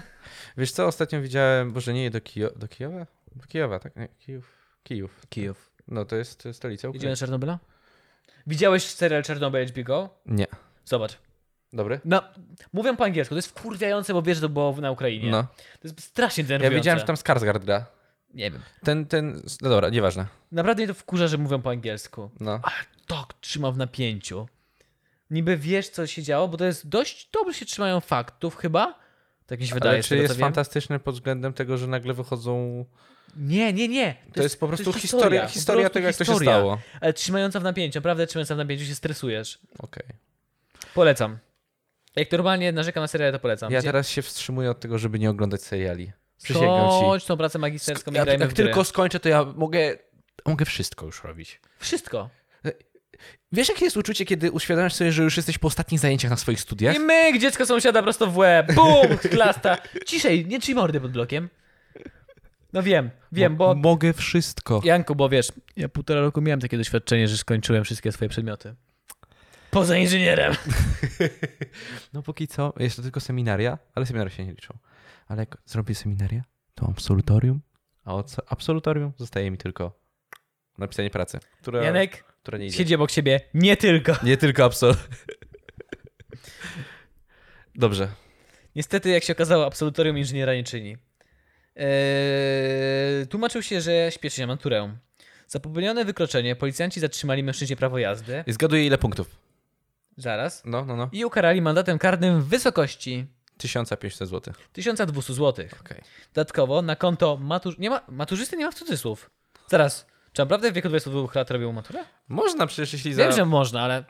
B: Wiesz co, ostatnio widziałem, boże nie, do, Kijo, do Kijowa? Do Kijowa, tak? Nie, Kijów. Kijów.
A: Kijów.
B: No to jest stolica
A: Idziemy
B: Ukrainy.
A: do Czarnobyla? Widziałeś serial Czarnobyl HBO Go?
B: Nie.
A: Zobacz.
B: Dobry?
A: No, mówią po angielsku, to jest wkurwiające, bo wiesz, że to było na Ukrainie.
B: No.
A: To jest strasznie
B: Ja
A: denerwujące.
B: wiedziałem, że tam Skarsgard gra.
A: Nie wiem.
B: Ten, ten, no dobra, nieważne.
A: Naprawdę mnie to wkurza, że mówią po angielsku.
B: No.
A: Ale tak trzymam w napięciu. niby wiesz, co się działo, bo to jest dość dobrze się trzymają faktów chyba. Tak mi się wydaje.
B: Ale
A: z
B: czy
A: tego, co
B: jest
A: wiem.
B: fantastyczne pod względem tego, że nagle wychodzą...
A: Nie, nie, nie.
B: To, jest po prostu historia, historia,
A: po prostu
B: tego, jak to się
A: historia.
B: stało.
A: Ale trzymająca w napięciu, naprawdę trzymająca w napięciu się stresujesz.
B: Okej.
A: Polecam. Jak normalnie narzekam na seriale, to polecam.
B: Ja
A: Gdzie-
B: teraz się wstrzymuję od tego, żeby nie oglądać seriali. Przysięgam ci.
A: Skończ tą pracę magisterską i
B: Jak,
A: grajmy
B: jak
A: w gry.
B: tylko skończę, to ja mogę, mogę wszystko już robić.
A: Wszystko.
B: Wiesz, jakie jest uczucie, kiedy uświadamiasz sobie, że już jesteś po ostatnich zajęciach na swoich studiach?
A: I myk, dziecko sąsiada prosto w łeb. Bum, klasta. Ciszej, nie trzyj mordy pod blokiem. No wiem, wiem, bo...
B: Mogę wszystko.
A: Janku, bo wiesz, ja półtora roku miałem takie doświadczenie, że skończyłem wszystkie swoje przedmioty. Poza inżynierem.
B: No póki co, jeszcze tylko seminaria, ale seminaria się nie liczą. Ale jak zrobię seminaria, to absolutorium, a od absolutorium zostaje mi tylko napisanie pracy, która,
A: Janek,
B: która nie idzie.
A: siedzi obok siebie. Nie tylko.
B: Nie tylko absol. Dobrze.
A: Niestety, jak się okazało, absolutorium inżyniera nie czyni. Eee, tłumaczył się, że śpieszy się na maturę. Za popełnione wykroczenie policjanci zatrzymali mężczyźnie prawo jazdy.
B: I Zgaduję ile punktów.
A: Zaraz.
B: No, no, no.
A: I ukarali mandatem karnym w wysokości
B: 1500 zł.
A: 1200 zł.
B: Okej.
A: Dodatkowo na konto matur... Nie ma... maturzysty nie ma w cudzysłów. Zaraz. Czy naprawdę w wieku 22 lat robią maturę?
B: Można przecież, jeśli
A: Wiem,
B: za...
A: że można, ale...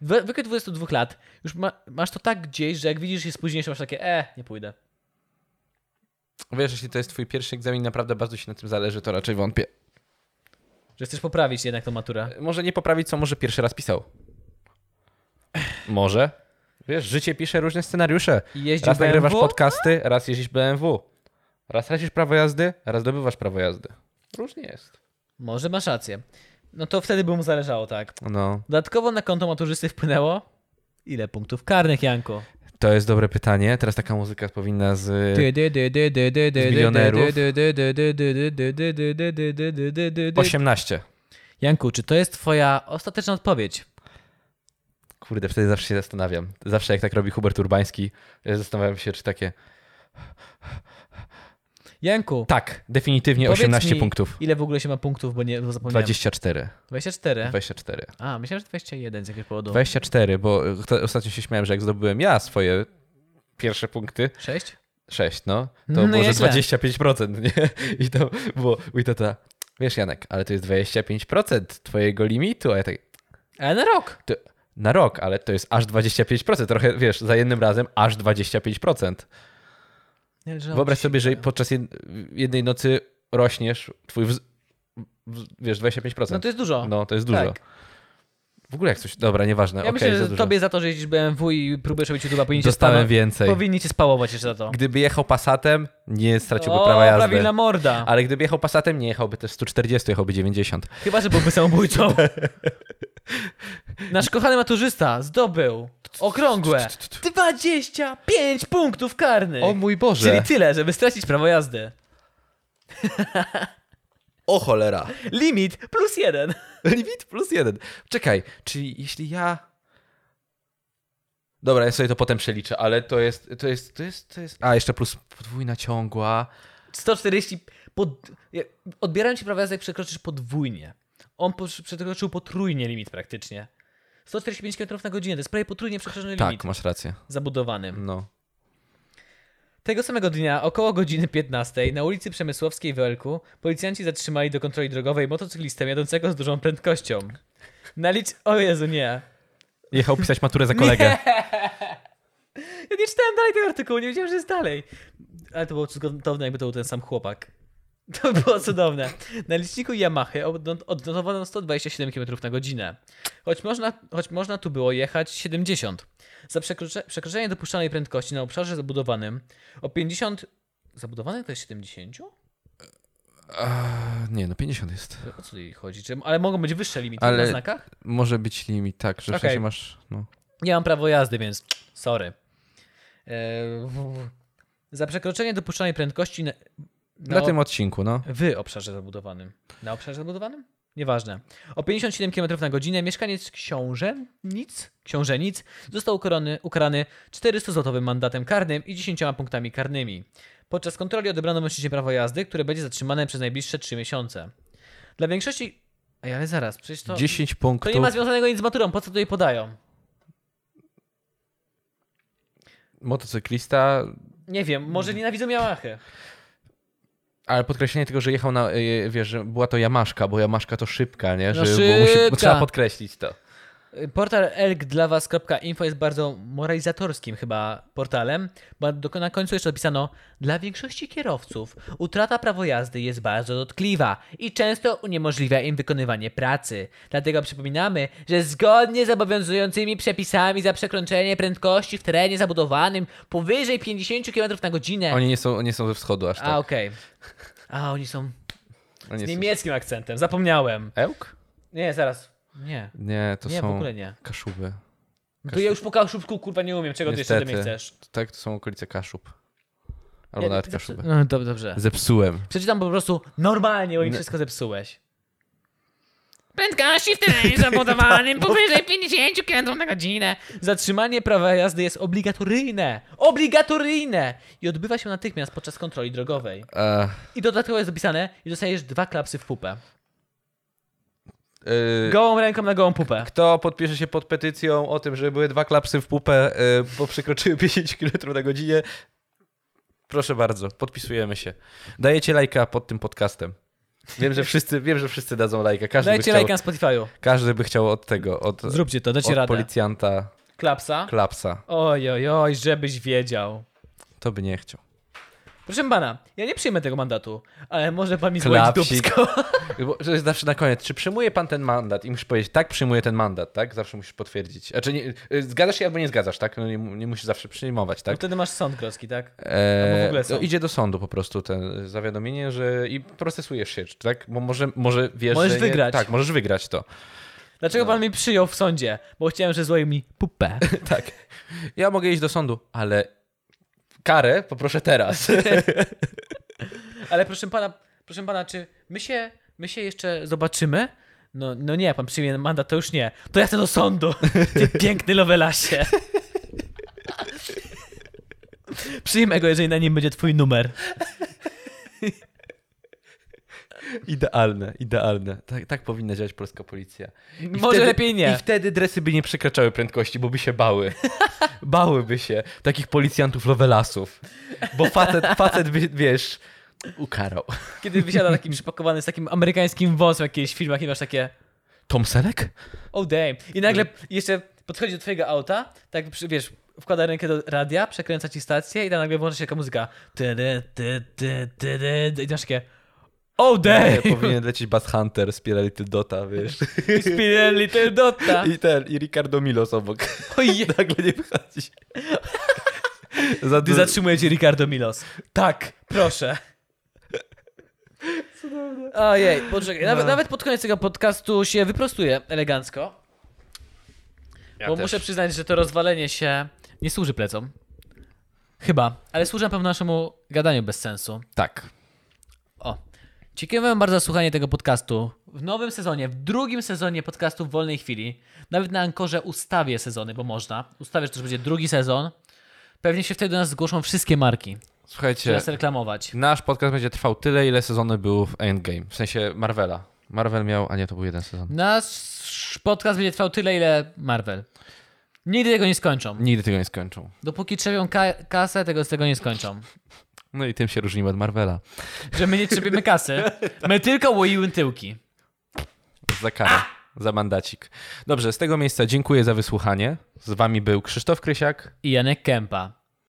A: W w wieku 22 lat już ma... masz to tak gdzieś, że jak widzisz się spóźnisz, masz takie e, nie pójdę.
B: Wiesz, jeśli to jest twój pierwszy egzamin, naprawdę bardzo ci na tym zależy, to raczej wątpię.
A: Że chcesz poprawić jednak tą maturę.
B: Może nie poprawić, co może pierwszy raz pisał. Może. Wiesz, życie pisze różne scenariusze.
A: I jeździł
B: Raz nagrywasz
A: BMW?
B: podcasty, raz jeździsz BMW. Raz tracisz prawo jazdy, raz dobywasz prawo jazdy. Różnie jest.
A: Może masz rację. No to wtedy by mu zależało, tak.
B: No,
A: Dodatkowo na konto maturzysty wpłynęło ile punktów karnych, Janko?
B: to jest dobre pytanie. Teraz taka muzyka powinna z... Y, milionerów.
A: milionerów.
B: 18.
A: Janku, czy to jest twoja ostateczna odpowiedź?
B: Kurde, wtedy zawsze się zastanawiam. Zawsze jak tak robi Hubert Urbański, ja zastanawiam się, czy takie...
A: Janku,
B: Tak, definitywnie
A: Powiedz
B: 18
A: mi-
B: punktów.
A: ile w ogóle się ma punktów, bo nie bo zapomniałem.
B: 24.
A: 24?
B: 24.
A: A, myślałem, że 21 z jakiegoś powodu.
B: 24, No. bo to- ostatnio się śmiałem, że jak zdobyłem ja swoje pierwsze punkty,
A: 6?
B: 6, no, to
A: No
B: było, że
A: nieźle.
B: 25%, nie? I to było, mój tata, wiesz Janek, ale to jest 25% twojego limitu, a ja tak,
A: Ale na rok!
B: to, na rok, ale to jest aż 25%, trochę, wiesz, za jednym razem aż 25%.
A: Nie, że-
B: Wyobraź sobie, że podczas jed- jednej nocy rośniesz, twój, wz... w- wiesz, 25%.
A: No to jest dużo.
B: No, to jest dużo.
A: Tak.
B: W ogóle jak coś, dobra, nieważne,
A: Ja
B: okej,
A: myślę,
B: za
A: że
B: dużo.
A: tobie za to, że jeździsz BMW i próbujesz robić YouTube'a, powinien cię
B: Dostałem
A: spano-
B: więcej.
A: Powinni cię spałować jeszcze za to.
B: Gdyby jechał Passatem, nie straciłby
A: o,
B: prawa jazdy.
A: prawilna morda.
B: Ale gdyby jechał Passatem, nie jechałby też 140, jechałby 90.
A: Chyba, że byłby samobójcą. Nasz kochany maturzysta zdobył okrągłe 25 punktów karnych.
B: O mój Boże!
A: Czyli tyle, żeby stracić prawo jazdy.
B: O cholera!
A: Limit plus jeden.
B: Limit plus jeden. Czekaj, czyli jeśli ja... Dobra, ja sobie to potem przeliczę, ale to jest, to jest, to jest, to jest... A, jeszcze plus podwójna ciągła.
A: 140. Pod... ja- Odbierają ci prawo jazdy, jak przekroczysz podwójnie. On po... przekroczył potrójnie limit praktycznie. 145 km na godzinę, to jest prawie potrójnie przekroczony limit
B: Tak, masz rację.
A: zabudowany.
B: No.
A: Tego samego dnia, około godziny 15, na ulicy Przemysłowskiej w Elku, policjanci zatrzymali do kontroli drogowej motocyklistę jadącego z dużą prędkością. Nalicz... O Jezu, nie.
B: Jechał pisać maturę za kolegę.
A: Ja nie czytałem dalej tego artykułu, nie wiedziałem, że jest dalej. Ale to było cudowne, jakby to był ten sam chłopak. To było cudowne. Na liczniku Yamaha odnot- odnotowano 127 km na godzinę. Choć można, choć można tu było jechać 70. Za przekrocze, przekroczenie dopuszczalnej prędkości na obszarze zabudowanym o 50... Zabudowane to jest 70?
B: Eee, nie, no 50 jest.
A: O co tutaj chodzi? Czy, ale mogą być wyższe limity
B: Ale-
A: na znakach?
B: Może być limit, tak, że
A: Okej.
B: wszędzie masz... No.
A: Nie mam prawo jazdy, więc sorry. Eee, w- w- Za przekroczenie dopuszczalnej prędkości na,
B: Na
A: na
B: tym odcinku, no.
A: w obszarze zabudowanym. Na obszarze zabudowanym? Nieważne. O 57 km na godzinę mieszkaniec książenic, książenic został ukarany, ukarany 400-złotowym mandatem karnym i 10 punktami karnymi. Podczas kontroli odebrano mężczyźnie prawo jazdy, które będzie zatrzymane przez najbliższe 3 miesiące. Dla większości Ej, ale zaraz, przecież to,
B: 10
A: to
B: punktów.
A: nie ma związanego nic z maturą, po co tutaj podają?
B: Motocyklista,
A: Nie wiem,
B: Mm.
A: może nienawidzą Yamaha.
B: ale podkreślenie tego, że jechał na, y, wiesz, że była to Jamaszka, bo Jamaszka to szybka, nie? Że,
A: No
B: bo musi, bo
A: szybka.
B: trzeba podkreślić to.
A: Portal elkdlawas.info jest bardzo moralizatorskim chyba portalem, bo do, na końcu jeszcze opisano dla większości kierowców utrata prawo jazdy jest bardzo dotkliwa i często uniemożliwia im wykonywanie pracy. Dlatego przypominamy, że zgodnie z obowiązującymi przepisami za przekroczenie prędkości w terenie zabudowanym powyżej 50 km na godzinę...
B: Oni nie są, nie są ze wschodu aż tak.
A: A, okej. A, oni są
B: Oni
A: z
B: są...
A: niemieckim akcentem, zapomniałem.
B: Ełk?
A: Nie, zaraz. Nie,
B: Nie, to
A: nie,
B: są
A: w ogóle nie.
B: Kaszuby.
A: To ja już po kaszubku kurwa nie umiem, czego ty jeszcze ode mnie
B: Niestety.
A: chcesz.
B: Tak, to są okolice Kaszub. Albo nawet Kaszuby.
A: No dobrze, dobrze.
B: Zepsułem.
A: Przeczytam po prostu normalnie, bo mi
B: Nie.
A: wszystko zepsułeś.
C: Prędkości w terenie zabudowanym powyżej 50 km na godzinę.
A: Tak, Zatrzymanie prawa jazdy jest obligatoryjne. Obligatoryjne! I odbywa się natychmiast podczas kontroli drogowej.
B: E,
A: I dodatkowo jest dopisane i dostajesz dwa klapsy w pupę.
B: y,
A: Gołą ręką na gołą pupę.
B: Kto podpisze się pod petycją o tym, że były dwa klapsy w pupę, y, bo przekroczyły 50 km na godzinę? Proszę bardzo, podpisujemy się. Dajecie lajka pod tym podcastem. Wiem, że wszyscy, wiem, że wszyscy dadzą lajka. Każdy, by
A: Dajcie
B: chciał,
A: lajka na Spotify'u.
B: każdy by chciał od tego, od, od
A: Zróbcie to, dacie radę.
B: policjanta
A: Klapsa.
B: klapsa.
A: Oj, oj, oj, żebyś wiedział.
B: To by nie chciał.
A: Proszę pana, ja nie przyjmę tego mandatu, ale może pan mi złożyć
B: Klapsik.
A: dupsko.
B: Bo to jest zawsze na koniec. Czy przyjmuje pan ten mandat? I musisz powiedzieć, tak, przyjmuję ten mandat, tak? Zawsze musisz potwierdzić. Znaczy, nie, y, zgadzasz się albo nie zgadzasz, tak? No, nie, nie musisz zawsze przyjmować,
A: Bo
B: tak?
A: wtedy masz sąd grodzki, tak? Albo w ogóle
B: Eee,
A: są.
B: to idzie do sądu po prostu te zawiadomienie, że i procesujesz się, czy tak? Bo może, może wiesz,
A: Możesz
B: że
A: wygrać.
B: Nie, tak, możesz wygrać to.
A: Dlaczego pan mi przyjął w sądzie? Bo chciałem, że złoił mi pupę.
B: tak. Ja mogę iść do sądu, ale karę poproszę teraz.
A: Ale proszę pana, proszę pana, czy my się, my się jeszcze zobaczymy? No, no nie, pan przyjmie mandat, to już nie. To ja chcę do sądu. Ty piękny lowelasie. Przyjmę go, jeżeli na nim będzie twój numer.
B: idealne, idealne. Tak, tak powinna działać polska policja. I
A: Może lepiej nie.
B: I wtedy dresy by nie przekraczały prędkości, bo by się bały. Bałyby się takich policjantów lowelasów. Bo facet, facet by, wiesz, ukarał.
A: Kiedy wysiada taki przypakowany z takim amerykańskim wąsem w jakichś filmach i masz takie
B: Tom Selleck?
A: oh damn. I nagle jeszcze podchodzi do twojego auta, tak przy- wiesz, wkłada rękę do radia, przekręca ci stację i tam nagle włącza się taka muzyka. Ty, ty, ty, ty, ty, ty. I masz takie oh damn.
B: Nie, powinien lecieć Bass Hunter z Pirelli Dota, wiesz.
A: I Spinelli Little Dotta.
B: I ten, i Ricardo Milos obok.
A: Ojej.
B: Nagle nie wychodzi. Za
A: Ty
B: dużo-
A: zatrzymuje cię Ricardo Milos. Tak, proszę. Cudowne. Ojej, poczekaj. Nawet, nawet pod koniec tego podcastu się wyprostuję elegancko. bo muszę przyznać, że to rozwalenie się nie służy plecom. Chyba, ale służy na pewno naszemu gadaniu bez sensu.
B: Tak.
A: O. Dziękuję bardzo za słuchanie tego podcastu. W nowym sezonie, w drugim sezonie podcastu w wolnej chwili, nawet na Ankorze ustawię sezony, bo można. Ustawię, że to już będzie drugi sezon. Pewnie się wtedy do nas zgłoszą wszystkie marki, żeby
B: Słuchajcie,
A: nas reklamować.
B: nasz podcast będzie trwał tyle, ile sezony był w Endgame. W sensie Marvela. Marvel miał, a nie, to był jeden sezon.
A: Nasz podcast będzie trwał tyle, ile Marvel. Nigdy tego nie skończą.
B: Nigdy tego nie skończą.
A: Dopóki trzebią ka- kasę, tego z tego nie skończą.
B: No i tym się różnimy od Marvela.
A: Że my nie trzebiemy kasy, my tylko łoiły tyłki.
B: Za karę, za mandacik. Dobrze, z tego miejsca dziękuję za wysłuchanie. Z wami był Krzysztof Krysiak.
A: I Janek Kępa.